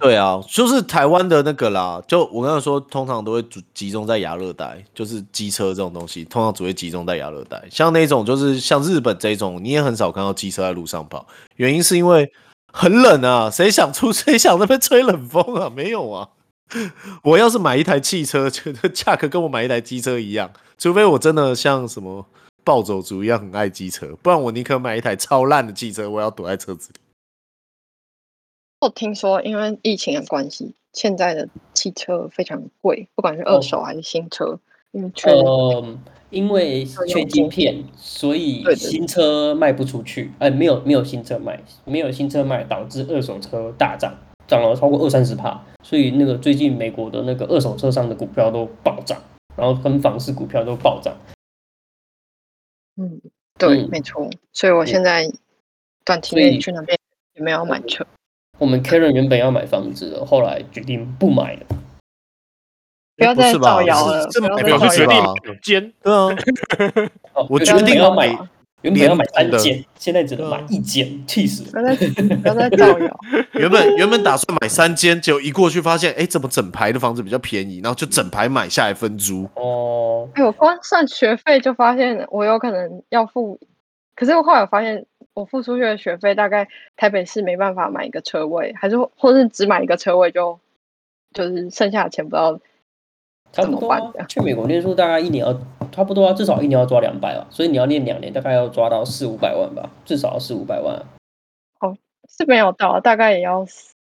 S3: 对啊，就是台湾的那个啦，就我刚刚说，通常都会集集中在亚热带，就是机车这种东西，通常只会集中在亚热带。像那种就是像日本这种，你也很少看到机车在路上跑，原因是因为很冷啊，谁想出 谁想那边吹冷风啊？没有啊。我要是买一台汽车，觉得价格跟我买一台机车一样，除非我真的像什么暴走族一样很爱机车，不然我宁可买一台超烂的汽车，我要躲在车子里。
S4: 我听说因为疫情的关系，现在的汽车非常贵，不管是二手还是新车，因为缺人
S1: 嗯，因为缺晶片，所以
S4: 对对对
S1: 新车卖不出去，哎，没有没有新车卖，没有新车卖，导致二手车大涨，涨了超过二三十帕，所以那个最近美国的那个二手车上的股票都暴涨，然后跟房市股票都暴涨。
S4: 嗯，对，
S1: 嗯
S4: 没错。所以我现在短期
S1: 所
S4: 内
S1: 以
S4: 去那边也没有买车。
S1: 我们 Karen 原本要买房子的，后来决定不买了。
S4: 不要
S3: 不
S4: 再
S3: 是吧
S4: 造谣
S3: 是
S4: 了，
S3: 这
S4: 不
S3: 么没
S4: 要再
S2: 没有
S3: 办
S4: 造
S3: 法
S2: 是
S4: 谣
S2: 决
S3: 吧
S4: 了。
S2: 定两间，
S3: 对啊，
S1: 哦
S3: 我
S1: 原
S3: 决
S1: 本
S3: 定
S1: 要
S4: 买
S1: 买，原本要买
S3: 联
S1: 三
S3: 动的
S1: 间，现在只能
S3: 对
S1: 买
S3: 啊
S1: 一间，气死
S4: 不
S1: 了。
S4: 要再不要再造谣，
S3: 原本原本打算买三间，结果一过去发现，哎、怎么整排的房子比较便宜？然后就整排买下来分租。
S1: 哦，
S4: 哎，我光算学费就发现我有可能要付，可是我后来发现我付出去的学费大概台北市没办法买一个车位，还是或是只买一个车位就就是剩下的钱不知道
S1: 差
S4: 怎
S1: 不
S4: 么
S1: 多
S4: 办
S1: 啊
S4: 这样
S1: 去美国念书大概一年要差不多啊，至少一年要抓两百吧，所以你要念两年，大概要抓到四五百万吧，至少要四五百万啊。
S4: 是没有到啊，大概也要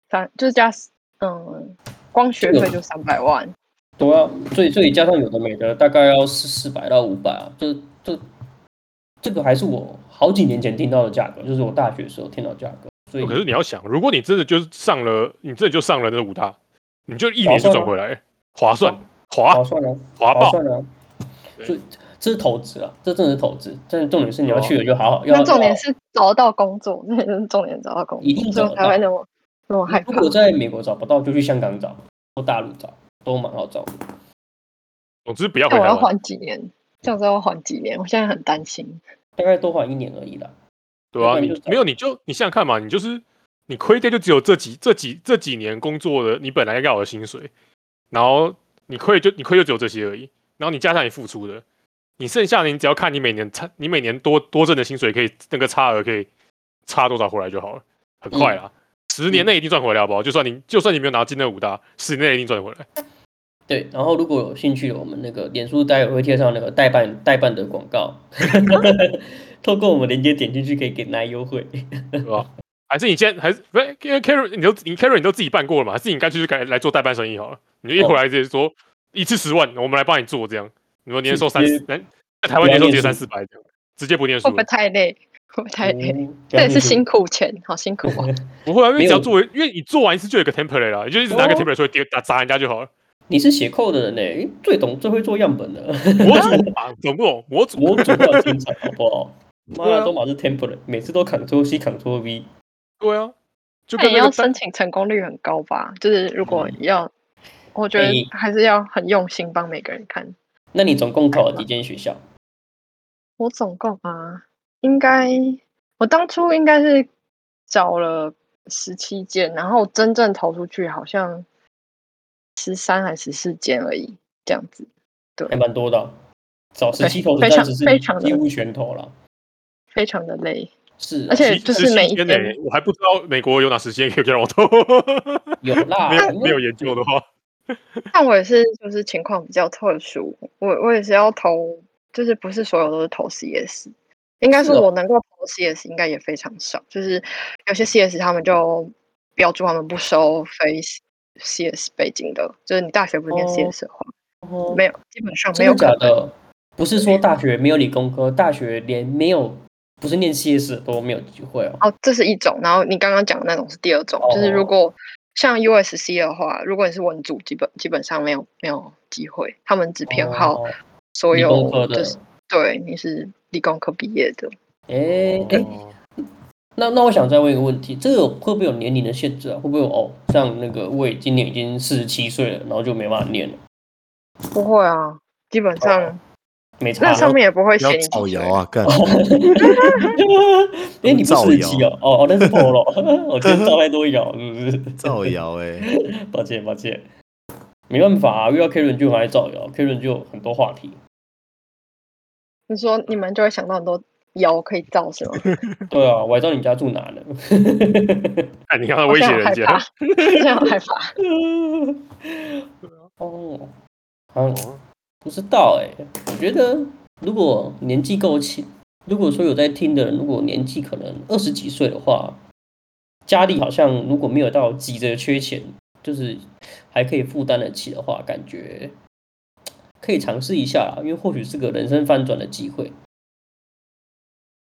S4: 三，就是加嗯，光学
S1: 这个
S4: 费就三百万。
S1: 对啊，所以所以加上有的没的，大概要四四百到五百啊。这这这个还是我好几年前听到的价格，就是我大学的时候听到的价格。所以
S2: 可是你要想，如果你真的就是上了，你真的就上了那五大，你就一年就
S1: 划算啊
S2: 转回来，划算，
S1: 划
S2: 划
S1: 算啊，
S2: 划
S1: 划
S2: 爆，
S1: 算啊。
S2: 对
S1: 所以这是投资啊，这真的是投资。但是重点是你要
S2: 对啊
S1: 去了就好好，要
S4: 那重
S1: 要
S4: 点是找得到工作，那就是重点找到工
S1: 一
S4: 作，
S1: 定
S4: 所以
S1: 找得
S4: 我才会
S1: 到
S4: 那么那么害
S1: 如
S4: 怕。
S1: 果在美国找不到，就去香港找，或大陆找，都蛮好找的。
S2: 总之不要回
S4: 那
S2: 台
S4: 我要
S2: 湾。
S4: 缓几年，这样子要缓几年，我现在很担心。
S1: 大概多缓一年而已啦。
S2: 对啊，
S1: 要不然
S2: 你
S1: 就找
S2: 没有你就你想想看嘛，你就是你亏掉就只有这几这几这几年工作的你本来要有的薪水，然后你亏就你亏就只有这些而已，然后你加上你付出的，你剩下的你只要看你每年差你每年多多挣的薪水可以那个差额可以差多少回来就好了，很快
S1: 嗯
S2: 啦，十年内一定赚回来好不好？就算你就算你没有拿进那五大，十年内一定赚回来。
S1: 对，然后如果有兴趣，我们那个脸书待会会贴上那个代办代办的广告，
S4: 啊
S1: 透过我们链接点进去可以给大家优 惠。
S2: 对吧？还是你先还是不是？因为 Carry 你都你 Carry 你都自己办过了嘛？还是你干脆就来来做代办生意好了？你就一回来直接说、一次十万，我们来帮你做这样。你说年收三
S1: 直
S2: 四，
S1: 接
S2: 在台湾年收
S1: 不
S2: 直接
S1: 要念书
S2: 三四百这样，直接不念书
S4: 会不会太累？会不会太累？
S1: 嗯
S4: 这也是辛
S1: 新
S4: 苦钱，好辛 苦哦。
S2: 不会啊，因为
S1: 没
S2: 你只
S1: 有
S2: 要做，因为你做完一次就有一个 template 了，你就一直拿个
S1: 哦
S2: template 出来丢打砸人家就好了。
S1: 你是写扣的人呢、诶最懂最会做样本的，
S2: 模组啊，懂不懂？模组
S1: 我主要精彩好不好？妈
S2: 对啊
S1: 的，都满是 template，每次都 Ctrl C Ctrl V。
S2: 对啊，就
S4: 那
S2: 跟
S4: 也
S2: 那
S4: 哎要
S2: 个
S4: 申
S2: 单嗯
S4: 请成功率很高吧？就是如果要，我觉得
S1: 哎
S4: 还是要很用心帮每个人看。
S1: 那你总共考了几间学校？
S4: 我总共啊，应该我当初应该是找了十七件，然后真正投出去好像十三还十四件而已，这样子。
S1: 还蛮多的啊，找十七
S4: 对
S1: 投
S4: 非
S1: 十三
S4: 常
S1: 十是
S4: 非常的
S1: 几乎全投了。
S4: 非常的累，
S1: 是啊，
S4: 而且
S2: 十
S4: 就是
S2: 十七
S4: 每一
S2: 天
S4: 天
S2: 呢，我还不知道美国有哪时间可以让我投，
S1: 有 啦，
S2: 没
S4: 啊
S2: 有
S1: 因为
S2: 没有研究的话，
S4: 但我也是就是情况比较特殊，我我也是要投，就是不是所有都是投 CS，应该
S1: 是
S4: 说
S1: 哦
S4: 我能够投 CS 应该也非常少，就是有些 CS 他们就标注他们不收非 CS 背景的，就是你大学不是念
S1: 哦
S4: CS 的话，
S1: 哦
S4: 没有，基本上没
S1: 真
S4: 有
S1: 的
S4: 可
S1: 假
S4: 能。
S1: 的？不是说大学没有理工科，大学连没有不是念 CS 的都没有机会哦。
S4: 哦，这是一种，然后你刚刚讲的那种是第二种，就是
S1: 哦
S4: 如果像 USC 的话，如果你是文组，基本基本上没有没有机会，他们只偏好
S1: 哦
S4: 所
S1: 理工
S4: 有
S1: 科
S4: 就
S1: 的
S4: 是。对你是理工科毕业的，
S1: 哎哎，那那我想再问一个问题，这个有会不会有年龄的限制啊？会不会有哦？像那个魏今年已经四十七岁了，然后就没办法念了。
S4: 不会啊，基本上
S1: 没差
S4: 那 上面也不会
S3: 不
S4: 写
S3: 哦要造
S4: 你几岁
S3: 谣啊！干，
S1: 哎、你不
S3: 造
S1: 是
S3: 谣
S1: 七哦，哦，哦，那是 polo，我 今天 造太多谣，是不是？
S3: 造谣哎、
S1: 抱歉，抱歉，没办法、啊，遇到 K 轮就很爱造谣，K 轮就有很多话题。
S4: 你说你们就会想到很多谣可以造 是吗？
S1: 对啊，我还知道你家住哪呢。
S2: 哎，你看
S4: 我
S2: 威
S4: 现
S2: 胁
S4: 在
S2: 人
S4: 好害怕
S2: 家，，
S4: 现在好害怕。
S1: 哦，好，不知道哎、我觉得如果年纪够轻，如果说有在听的人，如果年纪可能二十几岁的话，家里好像如果没有到急着缺钱，就是还可以负担得起的话，感觉可以尝试一下啦，因为或许是个人生翻转的机会。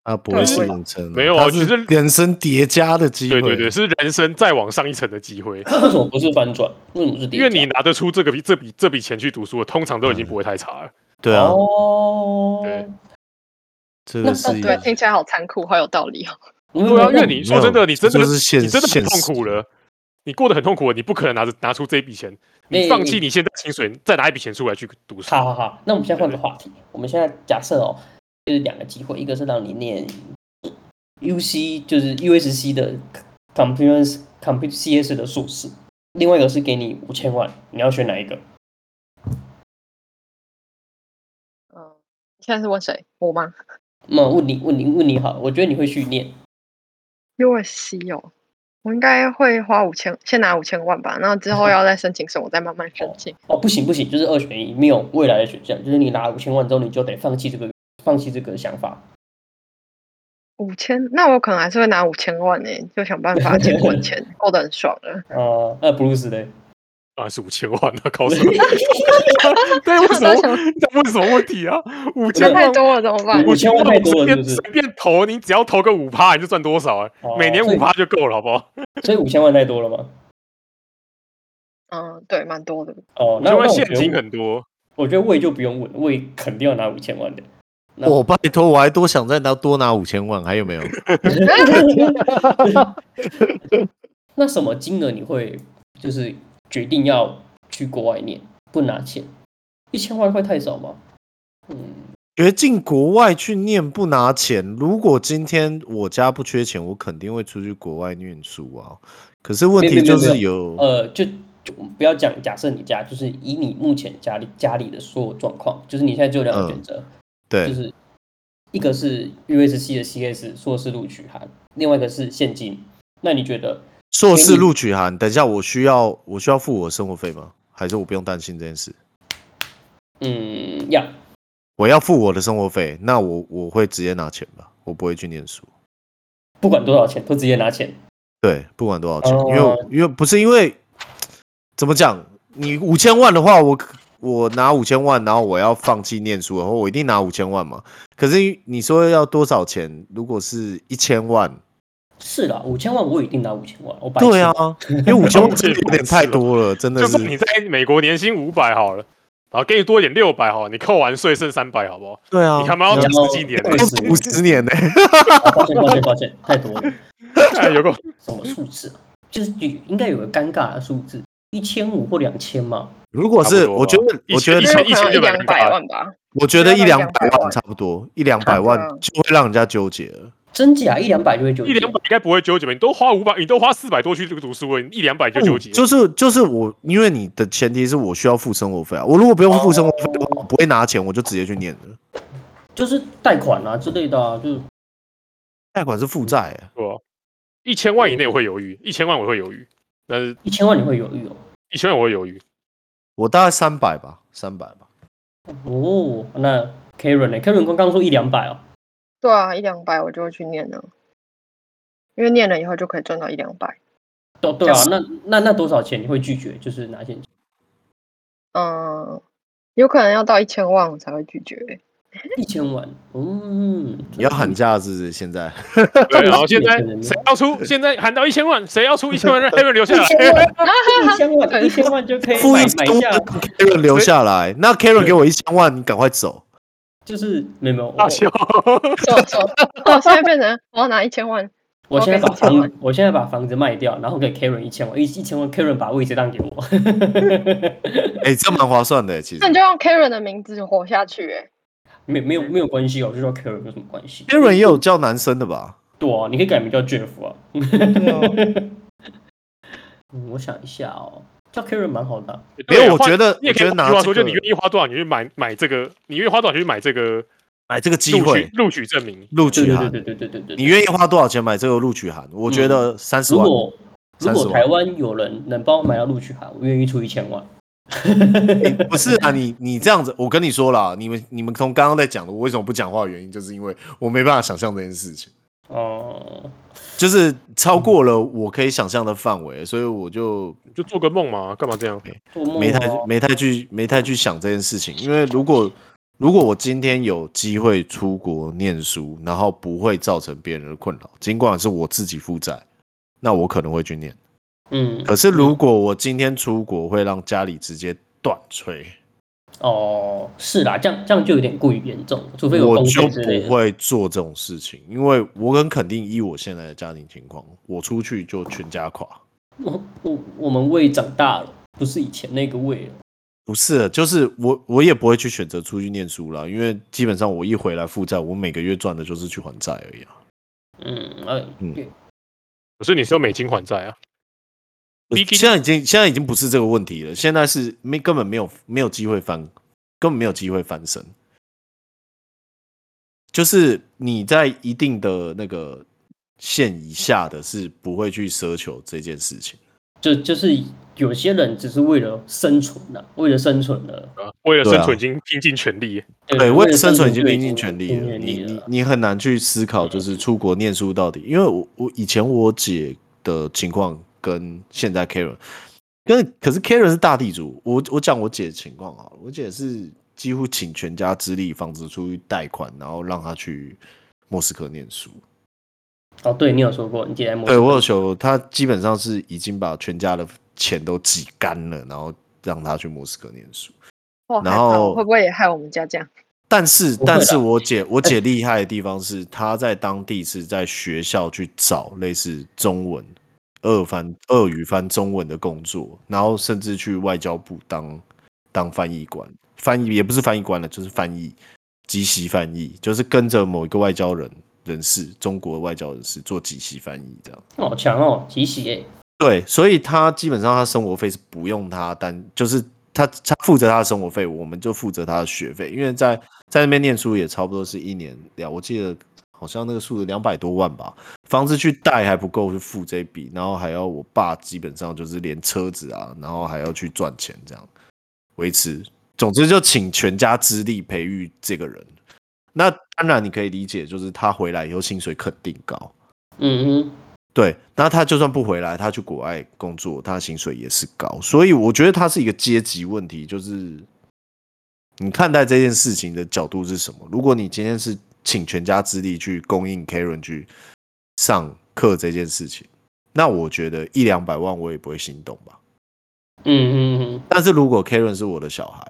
S3: 他不会是永成，
S2: 没有啊
S3: 他
S2: 其实
S3: 是人生叠加的机
S2: 对
S3: 会，
S2: 对对，是人生再往上一层的机会。
S1: 为什么不是翻转？为什么是叠
S2: 因为
S1: 加
S2: 你拿得出这个笔、这笔、这笔钱去读书的，通常都已经不会太差了。
S3: 对啊，
S1: 哦，
S2: 对
S3: 这个是一
S4: 对，哎
S3: 个
S4: 听起来好残酷，好有道理哦。
S1: 因
S2: 对啊，因为
S1: 你
S2: 你说真的，你真的
S3: 这就是现
S2: 你真的很
S3: 现
S2: 痛
S3: 实
S2: 苦了，你过得很痛苦了，你不可能拿着拿出这笔钱，你
S1: 哎
S2: 放弃你现在薪水，再拿一笔钱出来去读 书。
S1: 好好好，那我们现在换个话题。我们现在假设哦，就是两个机会，一个是让你念 UC，就是 USC 的 Computer Computer CS 的硕士，另外一个是给你五千万，你要选哪一个？
S4: 嗯，现在是问谁？我吗
S1: 那问你问你问你好，我觉得你会去念，
S4: ？USC 哦，我应该会花五千，先拿五千万吧，然后之后要再申请什么，我再慢慢申请。
S1: 哦，不行不行，就是二选一，没有未来的选项，就是你拿五千万之后，你就得放弃这个放弃这个想法。
S4: 五千，那我可能还是会拿五千万呢、就想办 法去滚钱，过得很爽了。
S1: 呃，那 Bruce 呢？
S2: 啊，是五千万啊，搞什么？ 对，为什么
S4: 我想
S2: 问？这问什么问题啊？五
S4: 钱
S2: 千
S4: 太
S2: 万，
S4: 多了怎么办？
S1: 五千万太多
S2: 随
S1: 了是
S2: 便
S1: 不是
S2: 随便投，你只要投个五趴，你就赚多少啊？
S1: 哦
S2: 每年
S1: 所以
S2: 五趴就够了，好不好？
S1: 所以五千万太多了吗？
S4: 嗯，对，蛮多的。
S1: 哦，
S2: 五
S1: 那
S2: 千万
S1: 那我
S2: 现
S1: 觉
S2: 金
S1: 得
S2: 很多，
S1: 我觉得魏就不用问，魏肯定要拿五千万的。那
S3: 我拜托，我还多想再拿多拿五千万，还有没有？
S1: 那什么金额你会就是决定要去国外念，不拿钱？一千万块太少吗？嗯，
S3: 决定国外去念不拿钱。如果今天我家不缺钱，我肯定会出去国外念书啊。可是问
S1: 没
S3: 题
S1: 有
S3: 就
S1: 没有
S3: 是
S1: 没
S3: 有，
S1: 呃，就就不要讲，假设你家就是以你目前家里家里的所有状况，就是你现在只有两个
S3: 嗯
S1: 选择，就
S3: 对
S1: 是一个是 USC 的 CS 硕士录取函，另外一个是现金。那你觉得
S3: 硕士
S1: 你
S3: 录取函。等一下，我需要我需要付我的生活费吗？还是我不用担心这件事？
S1: 嗯要
S3: 我要付我的生活费，那我我会直接拿钱吧，我不会去念书。
S1: 不管多少钱都直接拿钱？
S3: 对，不管多少钱，
S1: 哦
S3: 因为我因为不是因为怎么讲，你五千万的话，我可我拿五千万，然后我要放弃念书，然后我一定拿五千万嘛。可是你说要多少钱？如果是一千万，
S1: 是啦，五千万我一定拿五千万，我白
S3: 对
S1: 痴
S3: 啊
S1: 吗，
S3: 因为五千万真
S2: 这也
S3: 的有
S2: 白
S3: 点
S2: 痴
S3: 太
S2: 了
S3: 多了，真的
S2: 就是是你在美国年薪五百好了，然后给你多一点六百好了，你扣完税剩三百，好不好？
S3: 对啊，
S2: 你他妈要
S1: 你
S2: 讲
S1: 要
S2: 十几年呢、
S1: 二十
S3: 五十年欸呢、
S1: 啊抱歉抱歉抱歉，太多了。
S2: 哎有个
S1: 什么数字啊？就是有应该有个尴尬的数字，一千五或两千嘛。
S3: 如果是
S2: 差不多吧
S3: 我觉得，
S2: 一
S3: 我觉
S2: 千
S3: 得
S4: 因为可能一
S2: 就蛮
S4: 两
S2: 尴尬
S4: 百
S2: 的
S4: 万吧。
S3: 我觉得一
S4: 一
S3: 两
S4: 两
S3: 百
S4: 百
S3: 万
S4: 万
S3: 差不多，一两百万
S4: 差不多
S3: 就会让人家纠结了。
S1: 真假一两百就会纠
S2: 一
S1: 结，
S2: 两百应该不会纠结吧？你都花五百，你都花四百多去这个读书了，你一两百就纠结。
S3: 哦就是就是我，因为你的前提是我需要付生活费啊。我如果不用付生活费的话，
S1: 哦
S3: 我不会拿钱，我就直接去念了。
S1: 就是贷款啊之类的啊，就
S3: 贷款是负债、欸，
S2: 对吧？一千万以内我会犹豫，一千万我会犹豫，但是
S1: 一千万你会犹豫哦。
S2: 一千万我会犹豫。
S3: 我大概三百吧，三百吧。
S1: 哦，那 Karen 呢、k a r e n 刚刚说一两百哦，
S4: 对啊，一两百我就会去念了，因为念了以后就可以赚到一两百。
S1: 对对啊
S4: 就，是
S1: 那那那多少钱你会拒绝？就是拿现金？
S4: 嗯，有可能要到一千万我才会拒绝欸、
S1: 一千万，嗯，
S3: 你要喊价是不是？现在
S2: 对，然后现在
S3: 啊
S1: 这个是
S2: 谁要出？现在喊到一千万，谁要 出一千万让 Aaron 留下来
S1: 一？千万，一千万，一千万就可以
S3: 付
S1: 买
S3: 一
S1: 买
S3: 千
S1: 下
S3: 万，，Karen 留下来。那 Karen 给我一千万，你赶快走。
S1: 就是没有没有，
S2: 大笑，
S4: 错错，哦，现在变成我要拿一千万，
S1: 我现在把
S4: OK，一千
S1: 房
S4: 万，
S1: 我现在把房子卖掉，然后给 Karen 一千万，一一千万 Karen 把位置让给我。
S3: 哎、这蛮划算的、欸，其实
S4: 那你。就用 Karen 的名字活下去、欸，
S1: 没没有没有关系哦，就叫 Karen 有什么关系？
S3: 杰伦也有叫男生的吧？
S1: 对啊，你可以改名叫 Jeff 啊。
S3: 对啊
S1: 嗯，我想一下哦，叫 Karen 蛮好的啊、
S3: 没有
S2: 对啊
S3: 我
S2: 换
S3: 觉得
S2: 你也
S3: 我
S2: 可以
S3: 觉得拿
S2: 换句话说，
S3: 这
S2: 就
S3: 个
S2: 你愿意花多少，你去买买这个，你愿意花多少钱去买这个
S3: 买这个机
S2: 录取
S3: 会
S2: 录取证明？
S3: 录
S1: 对
S3: 取
S1: 对对
S3: 函，
S1: 对对对对对。
S3: 你愿意花多少钱买这个录取函？我觉得三十
S1: 嗯如
S3: 万。
S1: 果如
S3: 30
S1: 果
S3: 万
S1: 台湾有人能帮我买到录取卡，我愿意出一千万。
S3: 不是啊，你你这样子，我跟你说啦，你们你们从刚刚在讲的，我为什么不讲话的原因，就是因为我没办法想象这件事情，
S1: 哦、
S3: 就是超过了我可以想象的范围，所以我就
S2: 就做个梦嘛，干嘛这样？
S1: 做梦
S3: 没太
S1: 哦
S3: 没太去没太去想这件事情，因为如果如果我今天有机会出国念书，然后不会造成别人的困扰，尽管是我自己负债，那我可能会去念。
S1: 嗯
S3: 可是如果我今天出国，会让家里直接断吹，
S1: 哦，是啦，这样这样就有点过于严重，除非有
S3: 我
S1: 公
S3: 就
S1: 费之类
S3: 不
S1: 的。
S3: 会做这种事情，因为我很肯定，依我现在的家庭情况，我出去就全家垮。
S1: 我我我们胃长大了，不是以前那个胃了。
S3: 不是，就是我，我也不会去选择出去念书了，因为基本上我一回来负债，我每个月赚的就是去还债而已啊。
S1: 嗯，呃，
S3: 嗯
S2: 可是你是用美金还债啊？
S3: 不是
S2: Biggie-
S3: 现在已经现在已经不是这个问题了，现在是没根本没有没有机会翻，根本没有机会翻身。就是你在一定的那个线以下的是不会去奢求这件事情。
S1: 就就是有些人只是为了生存的、为了生存的，
S2: 为了
S3: 对
S2: 生
S3: 啊
S2: 存已经拼尽全力，
S3: 对，为
S1: 为
S3: 了生存已经
S1: 就
S3: 拼尽全力
S1: 拼
S3: 了，
S1: 全
S3: 你
S1: 力
S3: 你
S1: 了。啊
S3: 你很难去思考，就是出国念书到底，因为我我以前我姐的情况跟现在 Karen，跟可是 Karen 是大地主，我我讲我姐的情况好了，我姐是几乎倾全家之力房子出去贷款，然后让她去莫斯科念书。
S1: 哦，对你有说过，你姐在摩
S3: 对
S1: 斯
S3: 我
S1: 科
S3: 有求，她基本上是已经把全家的钱都挤干了，然后让她去莫斯科念书。
S4: 哇
S3: 然
S4: 害怕
S3: 后
S4: 会不会也害我们家这样？
S3: 但是，
S1: 不会啦
S3: 但是我姐 我姐厉害的地方是，她在当地是在学校去找类似中文、俄翻、俄语翻中文的工作，然后甚至去外交部当当翻译官，翻译也不是翻译官了，就是翻译即席翻译，就是跟着某一个外交人人士，中国外交人士做即席翻译这样。
S1: 哦好强哦，集喜耶，
S3: 对，所以他基本上他生活费是不用他担，就是他他负责他的生活费，我们就负责他的学费，因为在在那边念书也差不多是一年了，我记得好像那个数字两百多万吧，房子去贷还不够去付这笔，然后还要我爸基本上就是连车子啊，然后还要去赚钱这样维持，总之就请全家之力培育这个人。那当然你可以理解，就是他回来以后薪水肯定高，
S1: 嗯
S3: 对，那他就算不回来，他去国外工作，他的薪水也是高，所以我觉得他是一个阶级问题，就是你看待这件事情的角度是什么？如果你今天是请全家之力去供应 Karen 去上课这件事情，那我觉得一两百万我也不会心动吧。
S1: 哼嗯嗯
S3: 但是如果 Karen 是我的小孩，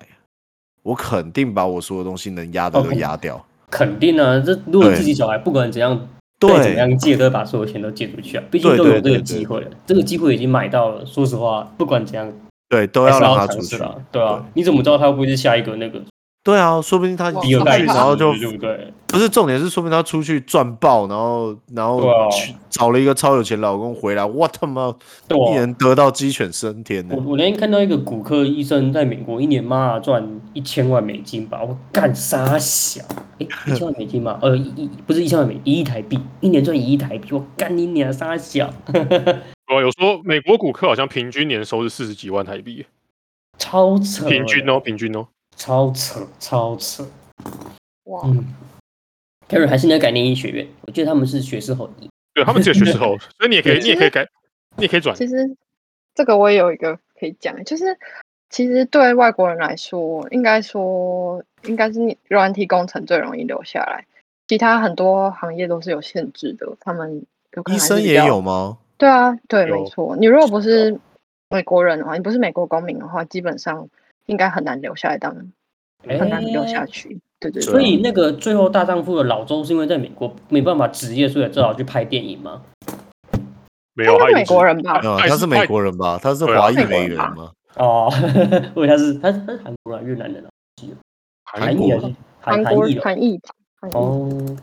S3: 我肯定把我所有东西能压的都压掉。
S1: 嗯，肯定啊，这如果
S3: 对
S1: 自己小孩不管怎样再怎么
S3: 对
S1: 样借，都会把所有钱都借出去啊，毕竟
S3: 对
S1: 都有
S3: 对
S1: 这个
S3: 对
S1: 机会了，这个机会已经买到了，说实话，不管怎样
S3: 对，都
S1: 还
S3: 要
S1: 是
S3: 让他出
S1: 尝
S3: 去
S1: 试。啦，对啊，你怎么知道他会不会是下一个那个
S3: 对啊，说不定他
S4: 哇
S3: 一
S1: 第
S3: 出
S1: 二
S4: 好害
S1: 代
S3: 去，
S4: 怕
S3: 然后就
S1: 对不对？
S3: 不是重点是，说明他出去赚爆，然后然后
S1: 对啊
S3: 去、找了一个超有钱老公回来，我他妈
S1: 对
S3: 一
S1: 啊
S3: 人得道鸡犬升天呢
S1: 我！我那天看到一个骨科医生在美国一年妈赚一千万美金吧，我干啥小？哎，一千万美金嘛，呃，一一不是一千万美，一亿台币，一年赚一亿台币，我干你娘啥小？
S2: 对啊，有说美国骨科好像平均年收是四十几万台币，
S1: 超扯，
S2: 平均，哦，平均哦。
S1: 超扯，超扯。
S4: 哇，
S1: 嗯，Karen 还是你要改念医学院，我记得他们是学士后医，
S2: 对他们只有学士后，所以你也可以，你也可以改，你也可以转。
S4: 其实这个我也有一个可以讲，就是其实对外国人来说，应该说应该是你软体工程最容易留下来，其他很多行业都是有限制的，他们有可能
S3: 医
S4: 还
S3: 生
S4: 是比
S3: 也
S4: 较
S3: 有吗？
S4: 对啊，对，
S2: 有
S4: 没错。你如果不是美国人的话，你不是美国公民的话，基本上应该很难留下来当，
S1: 哎
S4: 很难留下去。对对
S3: 啊
S1: 所
S4: 对，啊
S1: 以那个最后大丈夫的老周是因为在美国没办法职业，所以只好去拍电影吗？
S2: 没有，
S4: 他
S2: 他
S4: 是
S2: 已
S4: 美
S2: 经
S4: 国人吧
S3: 没？有啊，
S2: 他
S3: 他
S2: 是
S3: 是美国人吧？他是
S2: 对啊
S3: 华裔
S4: 美国
S3: 美
S4: 人
S3: 人
S4: 吧
S3: 吗？
S1: 哦，我以为他是他是他是韩国人、越南人啊，
S2: 韩
S1: 韩裔
S3: 国
S1: 还是
S4: 韩
S1: 韩韩
S4: 国
S1: 裔哦
S4: 韩裔吧，韩裔
S1: 哦，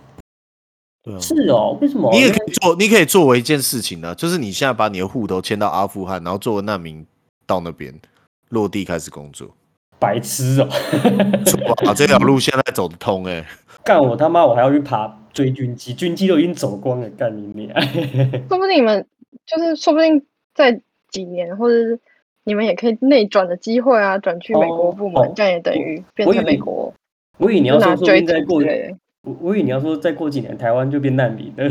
S3: 对啊，
S1: 是哦，为什么？
S3: 你也可以做，你可以作为一件事情呢、就是你现在把你的户头迁到阿富汗，然后作为难民到那边落地开始工作，
S1: 白痴哦！
S3: 哇，这条路现在走得通哎、
S1: 干我他妈，我还要去爬追军机，军机都已经走光了，干你娘！
S4: 说不定你们就是说不定在几年或者是你们也可以内转的机会啊，转去美国
S1: 哦
S4: 部门，
S1: 哦
S4: 这样也等于变
S1: 我以
S4: 成
S1: 为
S4: 美国
S1: 我以为你要
S4: 拿
S1: 说说
S4: 追
S1: 应
S4: 逐
S1: 该过
S4: 之，类的。
S1: 我我以为你要说再过几年台湾就变难民了。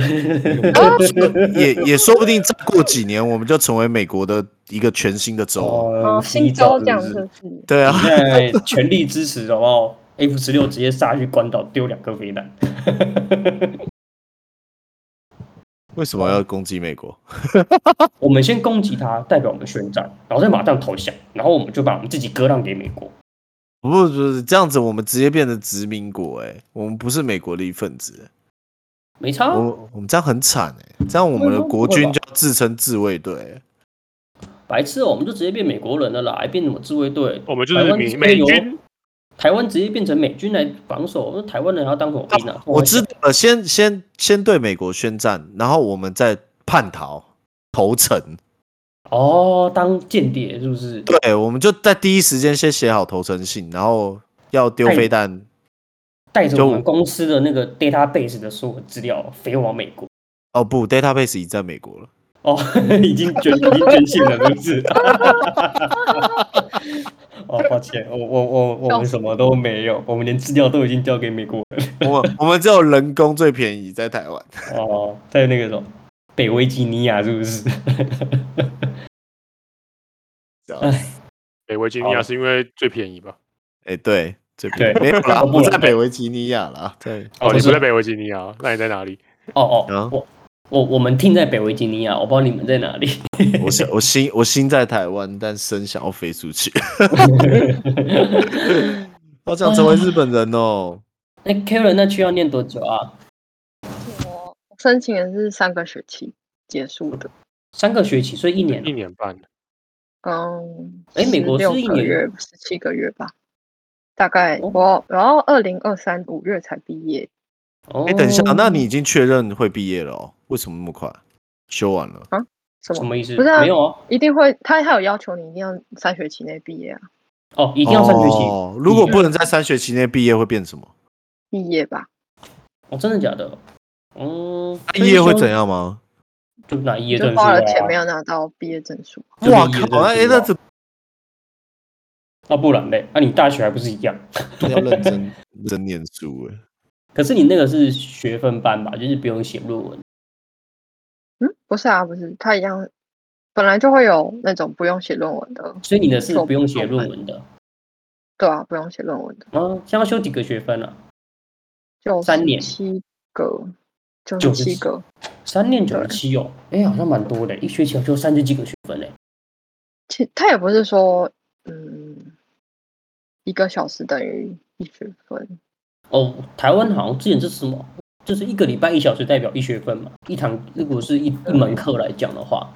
S3: 也也说不定再过几年我们就成为美国的一个全新的 州。
S4: 哦，新州这样子是
S3: 对啊，
S1: 现在全力支持，好不好？F 十六直接杀去关岛丢两颗飞弹，
S3: 为什么
S1: 哦
S3: 要攻击美国？
S1: 我们先攻击他，代表我们宣战，然后再马上投降，然后我们就把我们自己割让给美国。
S3: 不不是这样子，我们直接变成殖民国哎、我们不是美国的一份子、欸
S1: 没差啊，
S3: 我我们这样很惨哎、这样我们的国军
S1: 不会
S3: 就
S1: 吧
S3: 要自称自卫队欸、
S1: 白痴哦，我们就直接变美国人了啦，还变什么自卫队？
S2: 我们就
S1: 台
S2: 是
S1: 湾
S2: 美
S1: 直接
S2: 美
S1: 由
S2: 军，
S1: 台湾直接变成美军来防守，那台湾人还要当什么兵啊？
S3: 我知道了，先先先对美国宣战，然后我们再叛逃投诚。
S1: 哦，当间谍是不是？
S3: 对，我们就在第一时间先写好投诚信，然后要丢
S1: 哎
S3: 飞弹。
S1: 带着我们
S3: 就
S1: 公司的那个 database 的所有资料飞往美国。
S3: 哦不，database 已经在美国了。
S1: 哦，
S3: 嗯
S1: 已经 捐，已经捐献了，是不是？哦，抱歉，我我我我们什么都没有，我们连资料都已经交给美国人。
S3: 我们我们只有人工最便宜，在台湾。
S1: 哦，在那个什么北维吉尼亚，是不是？ 哎，
S2: 北维吉尼亚
S1: 好
S2: 是因为最便宜吧？
S3: 哎、对，最便
S1: 对
S3: 宜没有啦，
S1: 哦不
S3: 不
S1: 然
S3: 在北维吉尼亚啦，对，
S2: 哦，
S1: 不
S2: 你
S1: 是
S2: 不在北维吉尼亚，那你在哪里？
S1: 哦哦，
S3: 啊
S1: 我我我们听在北维吉尼亚，我不知道你们在哪里。
S3: 我心 我心我心在台湾，但身想要飞出去。 好想成为日本人哦。
S1: 那 Karen 那区要念多久啊？
S4: 我申请的是三个学期结束的，
S1: 三个学期，所以一年啊
S2: 一。年半，
S4: 嗯，
S1: 诶美国是
S4: 16
S1: 一
S4: 个
S1: 年
S4: 月十七个月吧，大概
S1: 哦
S4: 我然后二零二三五月才毕业，
S1: 哦，
S3: 哎、等一下，那你已经确认会毕业了哦？为什么那么快？修完了？
S4: 什
S1: 什
S4: 么
S1: 么意思？
S4: 不是啊
S1: 没有啊。
S4: 一定会他他有要求你一定要三学期内毕业啊，
S1: 哦，一
S3: 一
S1: 定要三学期。
S3: 哦。如果不能在三学期内毕业，会变什么？
S4: 毕业吧，
S1: 哦，真的假的？嗯，
S3: 那毕啊业会怎
S1: 样？
S3: 样吗？
S1: 就拿毕业
S4: 你
S1: 证
S4: 就
S1: 书啊
S4: 花了钱没有拿到毕业证书，
S1: 就拿
S3: 哇
S1: 毕业
S3: 靠！
S1: 证
S3: 那哎、
S1: 书
S3: 那
S1: 啊
S3: 怎
S1: 啊，不然嘞？啊，你大学还不是一样？
S3: 要认真认真念书哎？
S1: 可是你那个是学分班吧，就是不用写论文。
S4: 嗯，不是啊，不是，他一样，本来就会有那种不用写论文的，
S1: 所以你的是
S4: 就
S1: 不用写
S4: 就
S1: 论文的啊
S4: 对啊，不用写论文的，，
S1: 哦这样要修几个学分啊？
S4: 就
S1: 三年
S4: 七个，九
S1: 九
S4: 十
S1: 十
S4: 七
S1: 四
S4: 个，
S1: 三年九十
S4: 对
S1: 七哦，哎，好像蛮多的，一学期好像就三十几个学分嘞。
S4: 其他也不是说嗯，一个小时等于一学分，
S1: 哦，台湾好像之前是什么，就是一个礼拜一小时代表一学分嘛，一堂如果是一一门课来讲的话，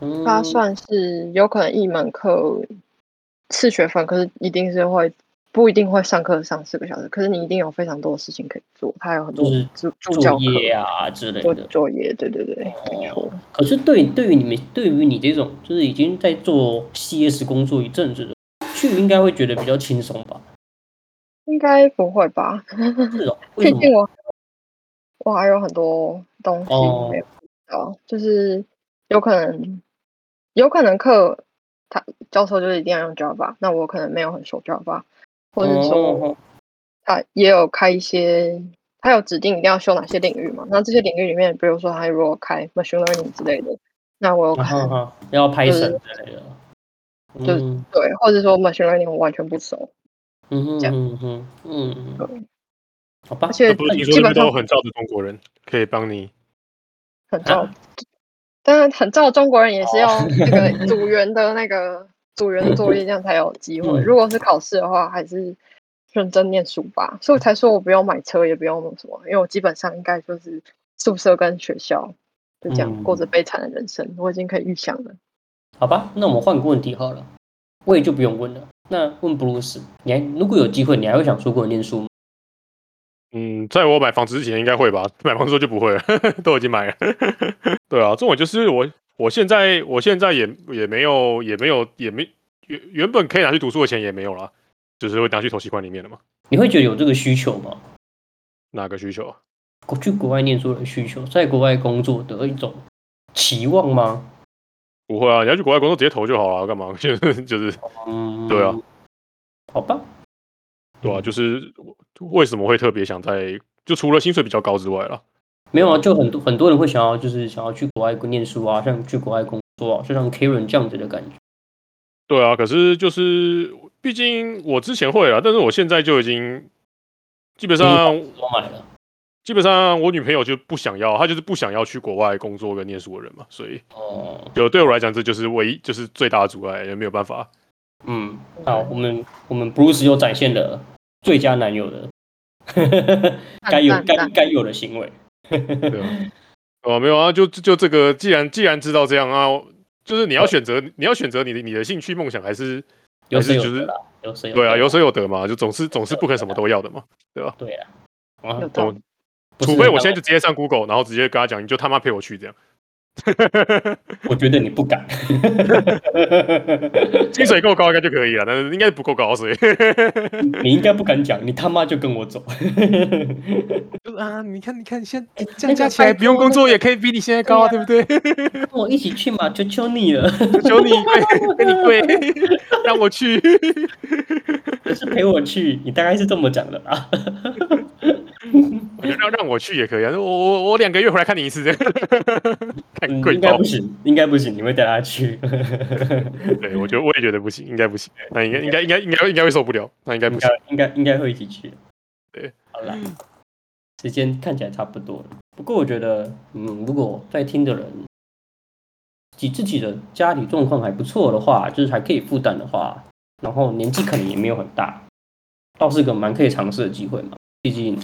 S1: 嗯，
S4: 它算是有可能一门课次学分，可是一定是会。不一定会上课上四个小时，可是你一定有非常多的事情可以做，它有很
S1: 就
S4: 多
S1: 是
S4: 助助教
S1: 作
S4: 课、
S1: 业啊之类
S4: 做
S1: 的。哦
S4: 作业，对对对，没错。
S1: 可是对对于你们对于你这种就是已经在做 CS 工作一阵子的，去应该会觉得比较轻松 吧？
S4: 应该不会吧？
S1: 是哦，为
S4: 毕
S1: 什
S4: 竟
S1: 么？
S4: 我我还有很多东西
S1: 哦
S4: 没有知道，就是有可能有可能课他教授就是一定要用 Java，那我可能没有很熟 Java，或者说
S1: 哦
S4: 他也有开一些。他有指定一定要修哪些领域嘛？那这些领域里面，比如说他如果开 machine learning 之类的，那我有可
S1: 然后
S4: 能
S1: 啊哈，要拍
S4: 就是
S1: 神之类的，
S4: 就
S1: 嗯
S4: 对，或者说 machine learning 我完全不熟，
S1: 嗯哼
S4: 这样
S1: 嗯哼嗯
S4: 对
S1: 哼，好吧
S4: 而，且
S2: 那啊不是听说
S4: 基
S2: 那边
S4: 本
S2: 都
S4: 上
S2: 很罩着中国人，可以帮你
S4: 很照
S1: 啊，
S4: 但是很照中国人也是
S1: 哦
S4: 要 那个组员的那个组员的作业，这样才有机会。
S1: 嗯
S4: 如果是考试的话，还是认真念书吧。所以我才说我不用买车，也不用什么，因为我基本上应该就是宿舍跟学校，就这样
S1: 嗯
S4: 过着悲惨的人生。我已经可以预想了。
S1: 好吧，那我们换个问题好了，我也就不用问了。那问布鲁斯，你还如果有机会，你还会想出国念书吗？
S2: 嗯，在我买房子之前应该会吧，买房之后就不会了， 都已经买了。对啊，这种就是我我现在我现在也也没有也没有也没原原本可以拿去读书的钱也没有啦，就是会拿去投习惯里面的嘛。
S1: 你会觉得有这个需求吗？
S2: 哪个需求啊？
S1: 国去国外念书的需求，在国外工作的一种期望吗？
S2: 不会啊，你要去国外工作直接投就好了，干嘛？ 就是就是
S1: 嗯，
S2: 对啊，
S1: 好吧，
S2: 对啊，就是我为什么会特别想在就除了薪水比较高之外啦，
S1: 没有啊，就很多很多人会想要，就是想要去国外念书啊，像去国外工作啊，就像 Karen 这样子的感觉。
S2: 对啊，可是就是，毕竟我之前会啊，但是我现在就已经基本上
S1: 我买了，
S2: 基本上我女朋友就不想要，她就是不想要去国外工作跟念书的人嘛，所以
S1: 哦、
S2: 就对我来讲，这就是唯一就是最大的阻碍，也没有办法。
S1: 嗯，好，我们我们 Bruce 又展现了最佳男友 的该有
S4: 赞
S1: 该
S4: 赞
S1: 该有的行为。
S2: 对啊， 哦，没有啊，就就就这个，既然既然知道这样啊，就是你要选择，你要选择你的你的兴趣梦想还是
S1: 有舍
S2: 还
S1: 有
S2: 是就
S1: 得
S2: 是
S1: 啦，有舍有
S2: 对啊，
S1: 得
S2: 有舍有得嘛，就总是总是不可能什么都要的嘛。
S1: 对啦，啊
S4: 有，道
S2: 懂
S4: 理
S1: 不是
S2: 除非我
S1: 那
S2: 现在就直接上 Google，然后直接跟他讲，你就他妈陪我 去这样。
S1: 我觉得你不 敢，
S2: 薪水够高应该就可以了，但是应该不够高，所以就
S1: 你应该不敢讲，你他妈就跟我走。
S2: 是 啊，你看，你看，现在这
S1: 哎那个拜托那个
S2: 可以比你现在
S1: 对啊
S2: 对不
S1: 跟我一起去嘛，求求你了，
S2: 对？求 你跪，跟你跪， 让我去。
S1: 就是陪我去。你大概是这么讲的啊？
S2: 我觉得让让我去也可以啊，我我我两个月回来看你一次，这样 看
S1: 嗯
S2: 跪
S1: 应该
S2: 爆
S1: 不。行，应该不行，你会带他去。
S2: 对，我觉得我也觉得不行，应该不行，那应该应该应该应该应该会受不了，那应该不
S1: 应
S2: 行。
S1: 该应该应该会一起去。
S2: 对，
S1: 好啦，
S4: 嗯
S1: 时间看起来差不多了。不过我觉得，嗯，如果在听的人，自自己的家里状况还不错的话，就是还可以负担的话，然后年纪可能也没有很大，倒是个蛮可以尝试的机会嘛。毕竟，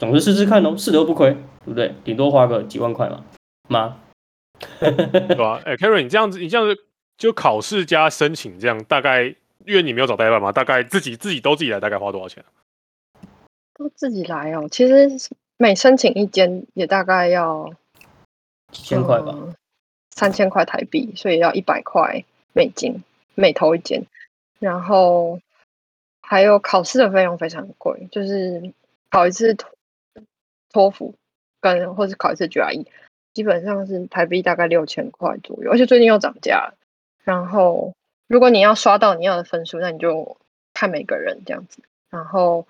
S1: 总是试试看哦，试得不亏，对不对？顶多花个几万块嘛，妈。
S2: 对吧？哎，Karen，你这样子，你这样子就考试加申请这样，大概因为你没有找代办嘛，大概自己自己都自己来，大概花多少钱？啊
S4: 都自己来哦。其实每申请一间也大概要
S1: 几千块吧，
S4: 嗯三千块台币，所以要一百块美金每投一间，然后还有考试的费用非常贵，就是考一次托托福跟或是考一次 GRE，基本上是台币大概六千块左右，而且最近又涨价了。然后如果你要刷到你要的分数，那你就看每个人这样子。然后，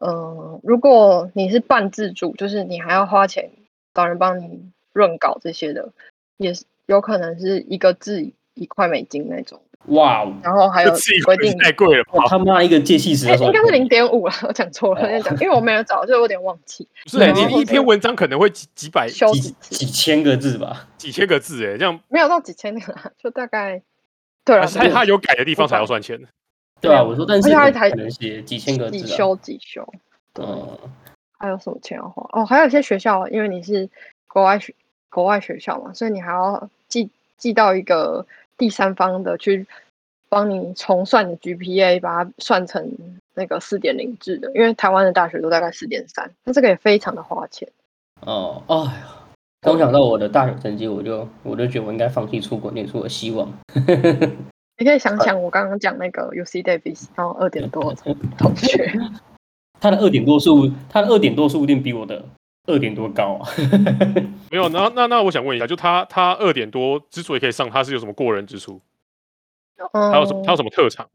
S4: 嗯、如果你是半自助，就是你还要花钱找人帮你润稿这些的，也是有可能是一个字一块美金那种。
S1: 哇哦，
S4: 然后还 有
S2: 这次一
S4: 规
S2: 块
S4: 定，
S2: 太贵了吧
S1: 我？他妈一个借气时
S4: 哦哎、
S1: 的时候，
S4: 应该是零点五了，我讲错了，我讲，因为我没有找，就有点忘记。
S2: 不是、欸，
S4: 然
S2: 你
S4: 后
S2: 一篇文章可能会几几百、哎几
S4: 修
S1: 几
S4: 几
S1: 几
S4: 次，
S1: 千个字吧。
S2: 几千个字、欸，哎，这样
S4: 没有到几千那个啦，就大概。对啊了，
S2: 还是他
S4: 对
S2: 他有改的地方才要算钱。
S1: 对啊，我说，但是
S4: 而且它
S1: 我
S4: 一台
S1: 可能写几千个
S4: 几
S1: 字、啊，
S4: 修几修，对。
S1: 嗯，
S4: 还有什么钱要花？哦，还有一些学校，因为你是国外学国外学校嘛，所以你还要寄寄到一个第三方的去帮你重算你 GPA，把它算成那个四点零制的，因为台湾的大学都大概四点三，那这个也非常的花钱。
S1: 哦，哎呀，刚想到我的大学成绩，我就我就觉得我应该放弃出国念书的希望。
S4: 你可以想想我刚刚讲那个 UC Davis，然后二点多 的同 学，
S1: 他的二点多数，他的二点多数一定比我的二点多高啊。
S2: 没有，那那那我想问一下，就他他二点多之所以可以上，他是有什么过人之处？
S4: 嗯，
S2: 他有什么他有什么特长？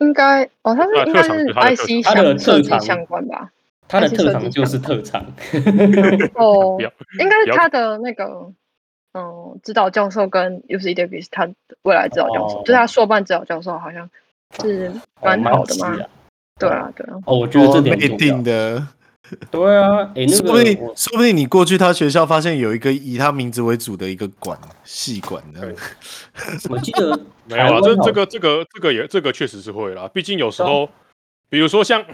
S4: 应该哦，他
S2: 对啊
S4: 是应
S2: 特
S4: 该
S2: 长
S4: 是
S2: 是他的特
S4: IC
S1: 他的
S4: 相设
S1: 特
S4: 计
S1: 长
S4: 相关吧？
S1: 他的
S4: 还是
S1: 特
S4: 设
S1: 长
S4: 计
S1: 就是
S4: 上
S1: 特长，
S4: 哦
S2: 不，要
S1: 嗯
S4: 应该
S2: 不
S4: 是
S2: 要
S4: 他的那个，嗯，指导教授跟 UC Davis 他的未来指导教授，
S1: 哦
S4: 就是他硕班指导教授，好像是蛮好的
S1: 哦
S4: 嘛。
S1: 蛮急啊
S4: 对啊，对啊，
S1: 哦，我觉得这点
S3: 内
S1: 很重要
S3: 定。的，
S1: 对啊，哎，那
S3: 说不定
S1: 个我
S3: 说不定你过去他学校发现有一个以他名字为主的一个馆系馆的，
S1: 我记得
S2: 没有啊，这
S1: 台湾好哦
S2: 这个这个这个也这个确实是会啦。毕竟有时候，比如说像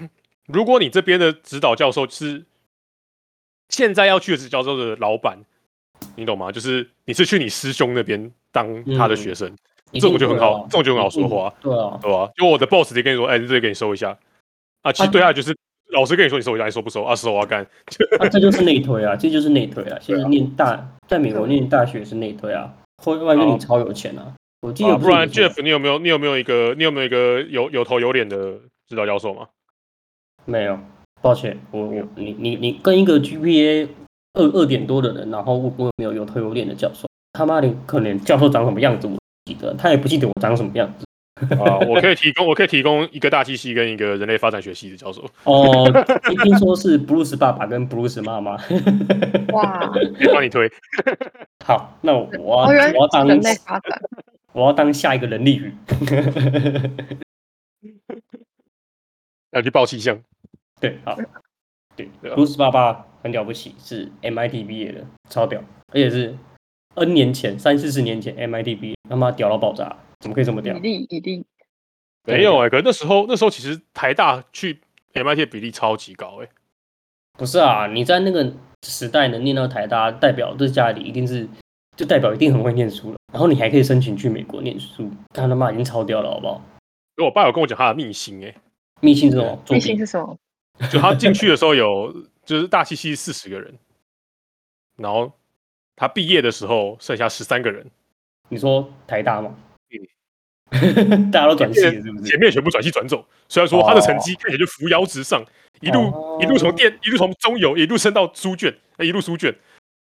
S2: 如果你这边的指导教授是现在要去的指导教授的老板，你懂吗？就是你是去你师兄那边当他的学生，
S1: 嗯一
S2: 这
S1: 定
S2: 我就很
S1: 会啊
S2: 好，这我就很好说话，
S1: 对啊，
S2: 对吧？就我的 boss 得跟你说，哎，这个给你收一下啊，其实对他就是老师跟你说你收一下，你收不收啊？收啊，干，
S1: 啊，这就是内推啊，这就是内推啊。其实念大，在美
S2: 啊
S1: 国念大学是内推啊，或外面
S2: 好
S1: 你超有钱啊。我记
S2: 啊
S1: 得
S2: 不然
S1: 是有钱
S2: Jeff，你有没有你有没有一个你有没有一个有有头有脸的指导教授吗？
S1: 没有，抱歉，我我你你你跟一个 GPA 二二点多的人，然后问我有没有有头有脸的教授，他妈的，可能教授长什么样子我不记得，他也不记得我长什么样子。
S2: 啊，我可以提供我可以提供一个大气系跟一个人类发展学系的教授，
S1: 哦，一听说是 Bruce 爸爸跟 Bruce 妈妈。
S4: 哇，
S2: 可以帮你推。
S1: 好，那我我要
S4: 哦，原
S1: 我要
S4: 来
S1: 当
S4: 人类发展，
S1: 我要当下一个人力鱼。
S2: 要去报气象，
S1: 对，好。
S2: 对对吧？
S1: Bruce 爸爸很了不起，是 MIT 毕业的，超屌，而且是 N 年前，三四十年前 MIT 毕业，他妈屌到爆炸，怎么可以这么
S4: 一
S1: 屌？
S4: 粒一粒，
S2: 没有哎、可是那时候那时候其实台大去 MIT 的比例超级高哎、
S1: 不是啊，你在那个时代能念到台大，代表这家里一定是，就代表一定很会念书了。然后你还可以申请去美国念书，他他妈已经超屌了，好不好？
S2: 因为我爸有跟我讲他的秘辛哎、
S1: 密信这种作
S4: 内心
S1: 弊
S4: 是，什么？
S2: 就他进去的时候有就是大七七四十个人，然后他毕业的时候剩下十三个人，
S1: 你说台大吗？
S2: 嗯
S1: 大家都转系了是不
S2: 前
S1: 是？
S2: 面全部转系转走。虽然说他的成绩看起来就扶摇直上，一路、
S1: 哦
S2: 一路从电一路从中游一路升到书卷，哎一路书卷。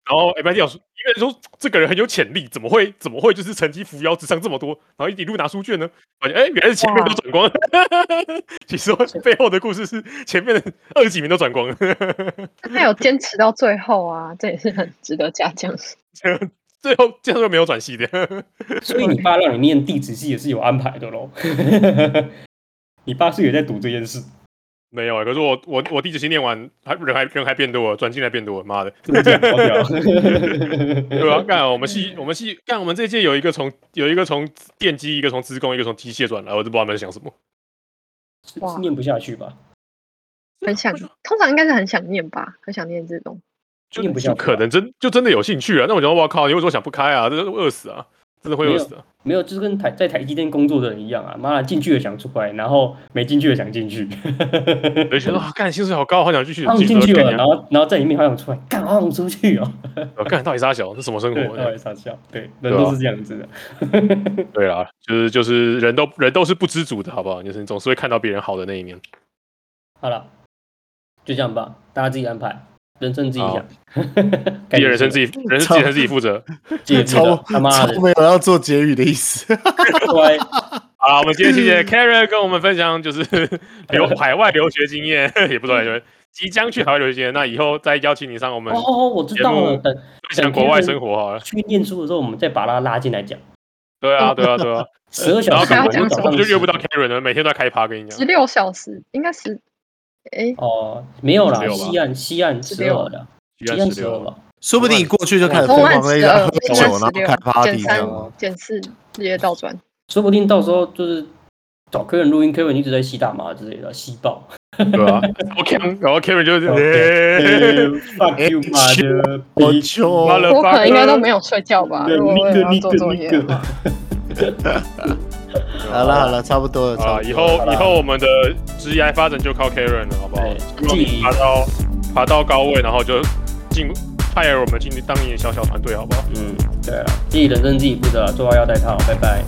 S2: 然后 MIT 老师一个人说这个人很有潜力，怎么会怎么会就是成绩扶摇直上这么多，然后一路拿书卷呢？发现哎，原来是前面都转光了。 其实背后的故事是前面的二十几名都转光了。
S4: 但他有坚持到最后啊，这也是很值得嘉奖。
S2: 最后最后就没有转系的，
S1: 所以你爸让你念地址系也是有安排的喽。 你爸是有在赌这件事。
S2: 没有、欸。可是我我我地址系念完，还人还人还变多了，转进来变多了，妈的！ 对
S1: 对
S2: 啊，干我们系我们系干我们这届有一个从有一个从电机，一个从资工，一个从机械转来，我都不知道他们在想什么。
S4: 哇
S1: 是念不下去吧？
S4: 很想，通常应该是很想念吧，很想念这种。
S2: 就
S1: 念不啊下
S2: 就
S1: 去
S2: 可
S1: 吧
S2: 能真就真的有兴趣啊。那我觉得我靠，你为什么想不开啊？这饿死啊，真的会饿死啊！
S1: 没有，就是跟台在台积电工作的人一样啊，妈的进去了想出来，然后没进去了想进去。
S2: 而且说啊，干薪水好高，好想继续
S1: 他们
S2: 继续
S1: 进去
S2: 干
S1: 了，
S2: 呀
S1: 然后然后在里面好想出来，干好想出去哦。
S2: 啊干到底啥小，这什么生
S1: 对，
S2: 活
S1: 到
S2: 呢
S1: 底？傻笑，对，
S2: 啊对
S1: 人
S2: 啊
S1: 都是这样子的。
S2: 对啊，就是就是人都人都是不知足的，好不好？就是你总是会看到别人好的那一面。
S1: 好了，就这样吧，大家自己安排，人生自己
S2: 好
S1: 想，
S2: 自己的人生自
S1: 己
S2: 己人生自己人生自己负责。
S1: 自己负责
S3: 超
S1: 他妈
S3: 超
S1: 的，
S3: 没有要做结语的意思。
S1: 乖，
S2: 好了，我们今天谢
S1: 嗯
S2: 谢 Karen 跟我们分享，就是 留海外留学经验， 也不知道留学即将去海外留学经验。那以后再邀请你上我们
S1: 嗯哦哦，我知
S2: 节
S1: 道
S2: 目
S1: 了，等
S2: 分享国外生活好了。
S1: 去念书的时候，我们再把他拉进来讲。
S2: 对啊，对啊，对 啊。
S1: 十二
S2: 然
S1: 小
S2: 后
S1: 时，
S4: 还要
S2: 我
S4: 讲
S2: 们
S4: 什
S2: 就
S4: 么
S2: 我们就约不
S1: 到。
S2: 到 Karen 了，每天都在开趴，跟你
S4: 十
S2: 讲。
S4: 六小时应该十，哎，
S1: 哦，没有啦，
S2: 16吧
S1: 西岸西岸十二的，西岸十二吧，
S3: 说不定你过去就开始疯
S4: 东岸
S3: 狂在
S4: 十
S3: 家
S4: 二
S3: 喝，
S4: 西
S3: 酒，
S4: 岸
S3: 然后
S4: 十
S3: 开
S4: 六，减
S3: party 这
S4: 三
S3: 样。啊
S4: 减四直接倒转。
S1: 说不定到时候就是找 Kevin 录音，Kevin 一直在吸大麻之类的，吸爆。
S2: 对啊。OK，然后 Karen 就是
S1: 呃
S2: 欸
S1: Fuck you, 妈的！
S3: 我就
S2: 妈了
S4: 我可能应该都
S2: Motherfucker
S4: 没有睡觉吧，
S1: 那
S4: 如果我也要
S1: 那
S4: 做作业
S1: 那
S4: 的话。
S3: 好了好了，差不多了，差
S2: 啊，
S3: 不
S2: 以
S3: 多了。
S2: 后以后我们的职业发展就靠 Karen 了，好不好？
S1: 对
S2: 希望你爬到爬到高位，然后就进 hire 我们进当你的小小团队，好不好？
S1: 嗯，对啊，自己人生自己负责，做好要带套，拜拜。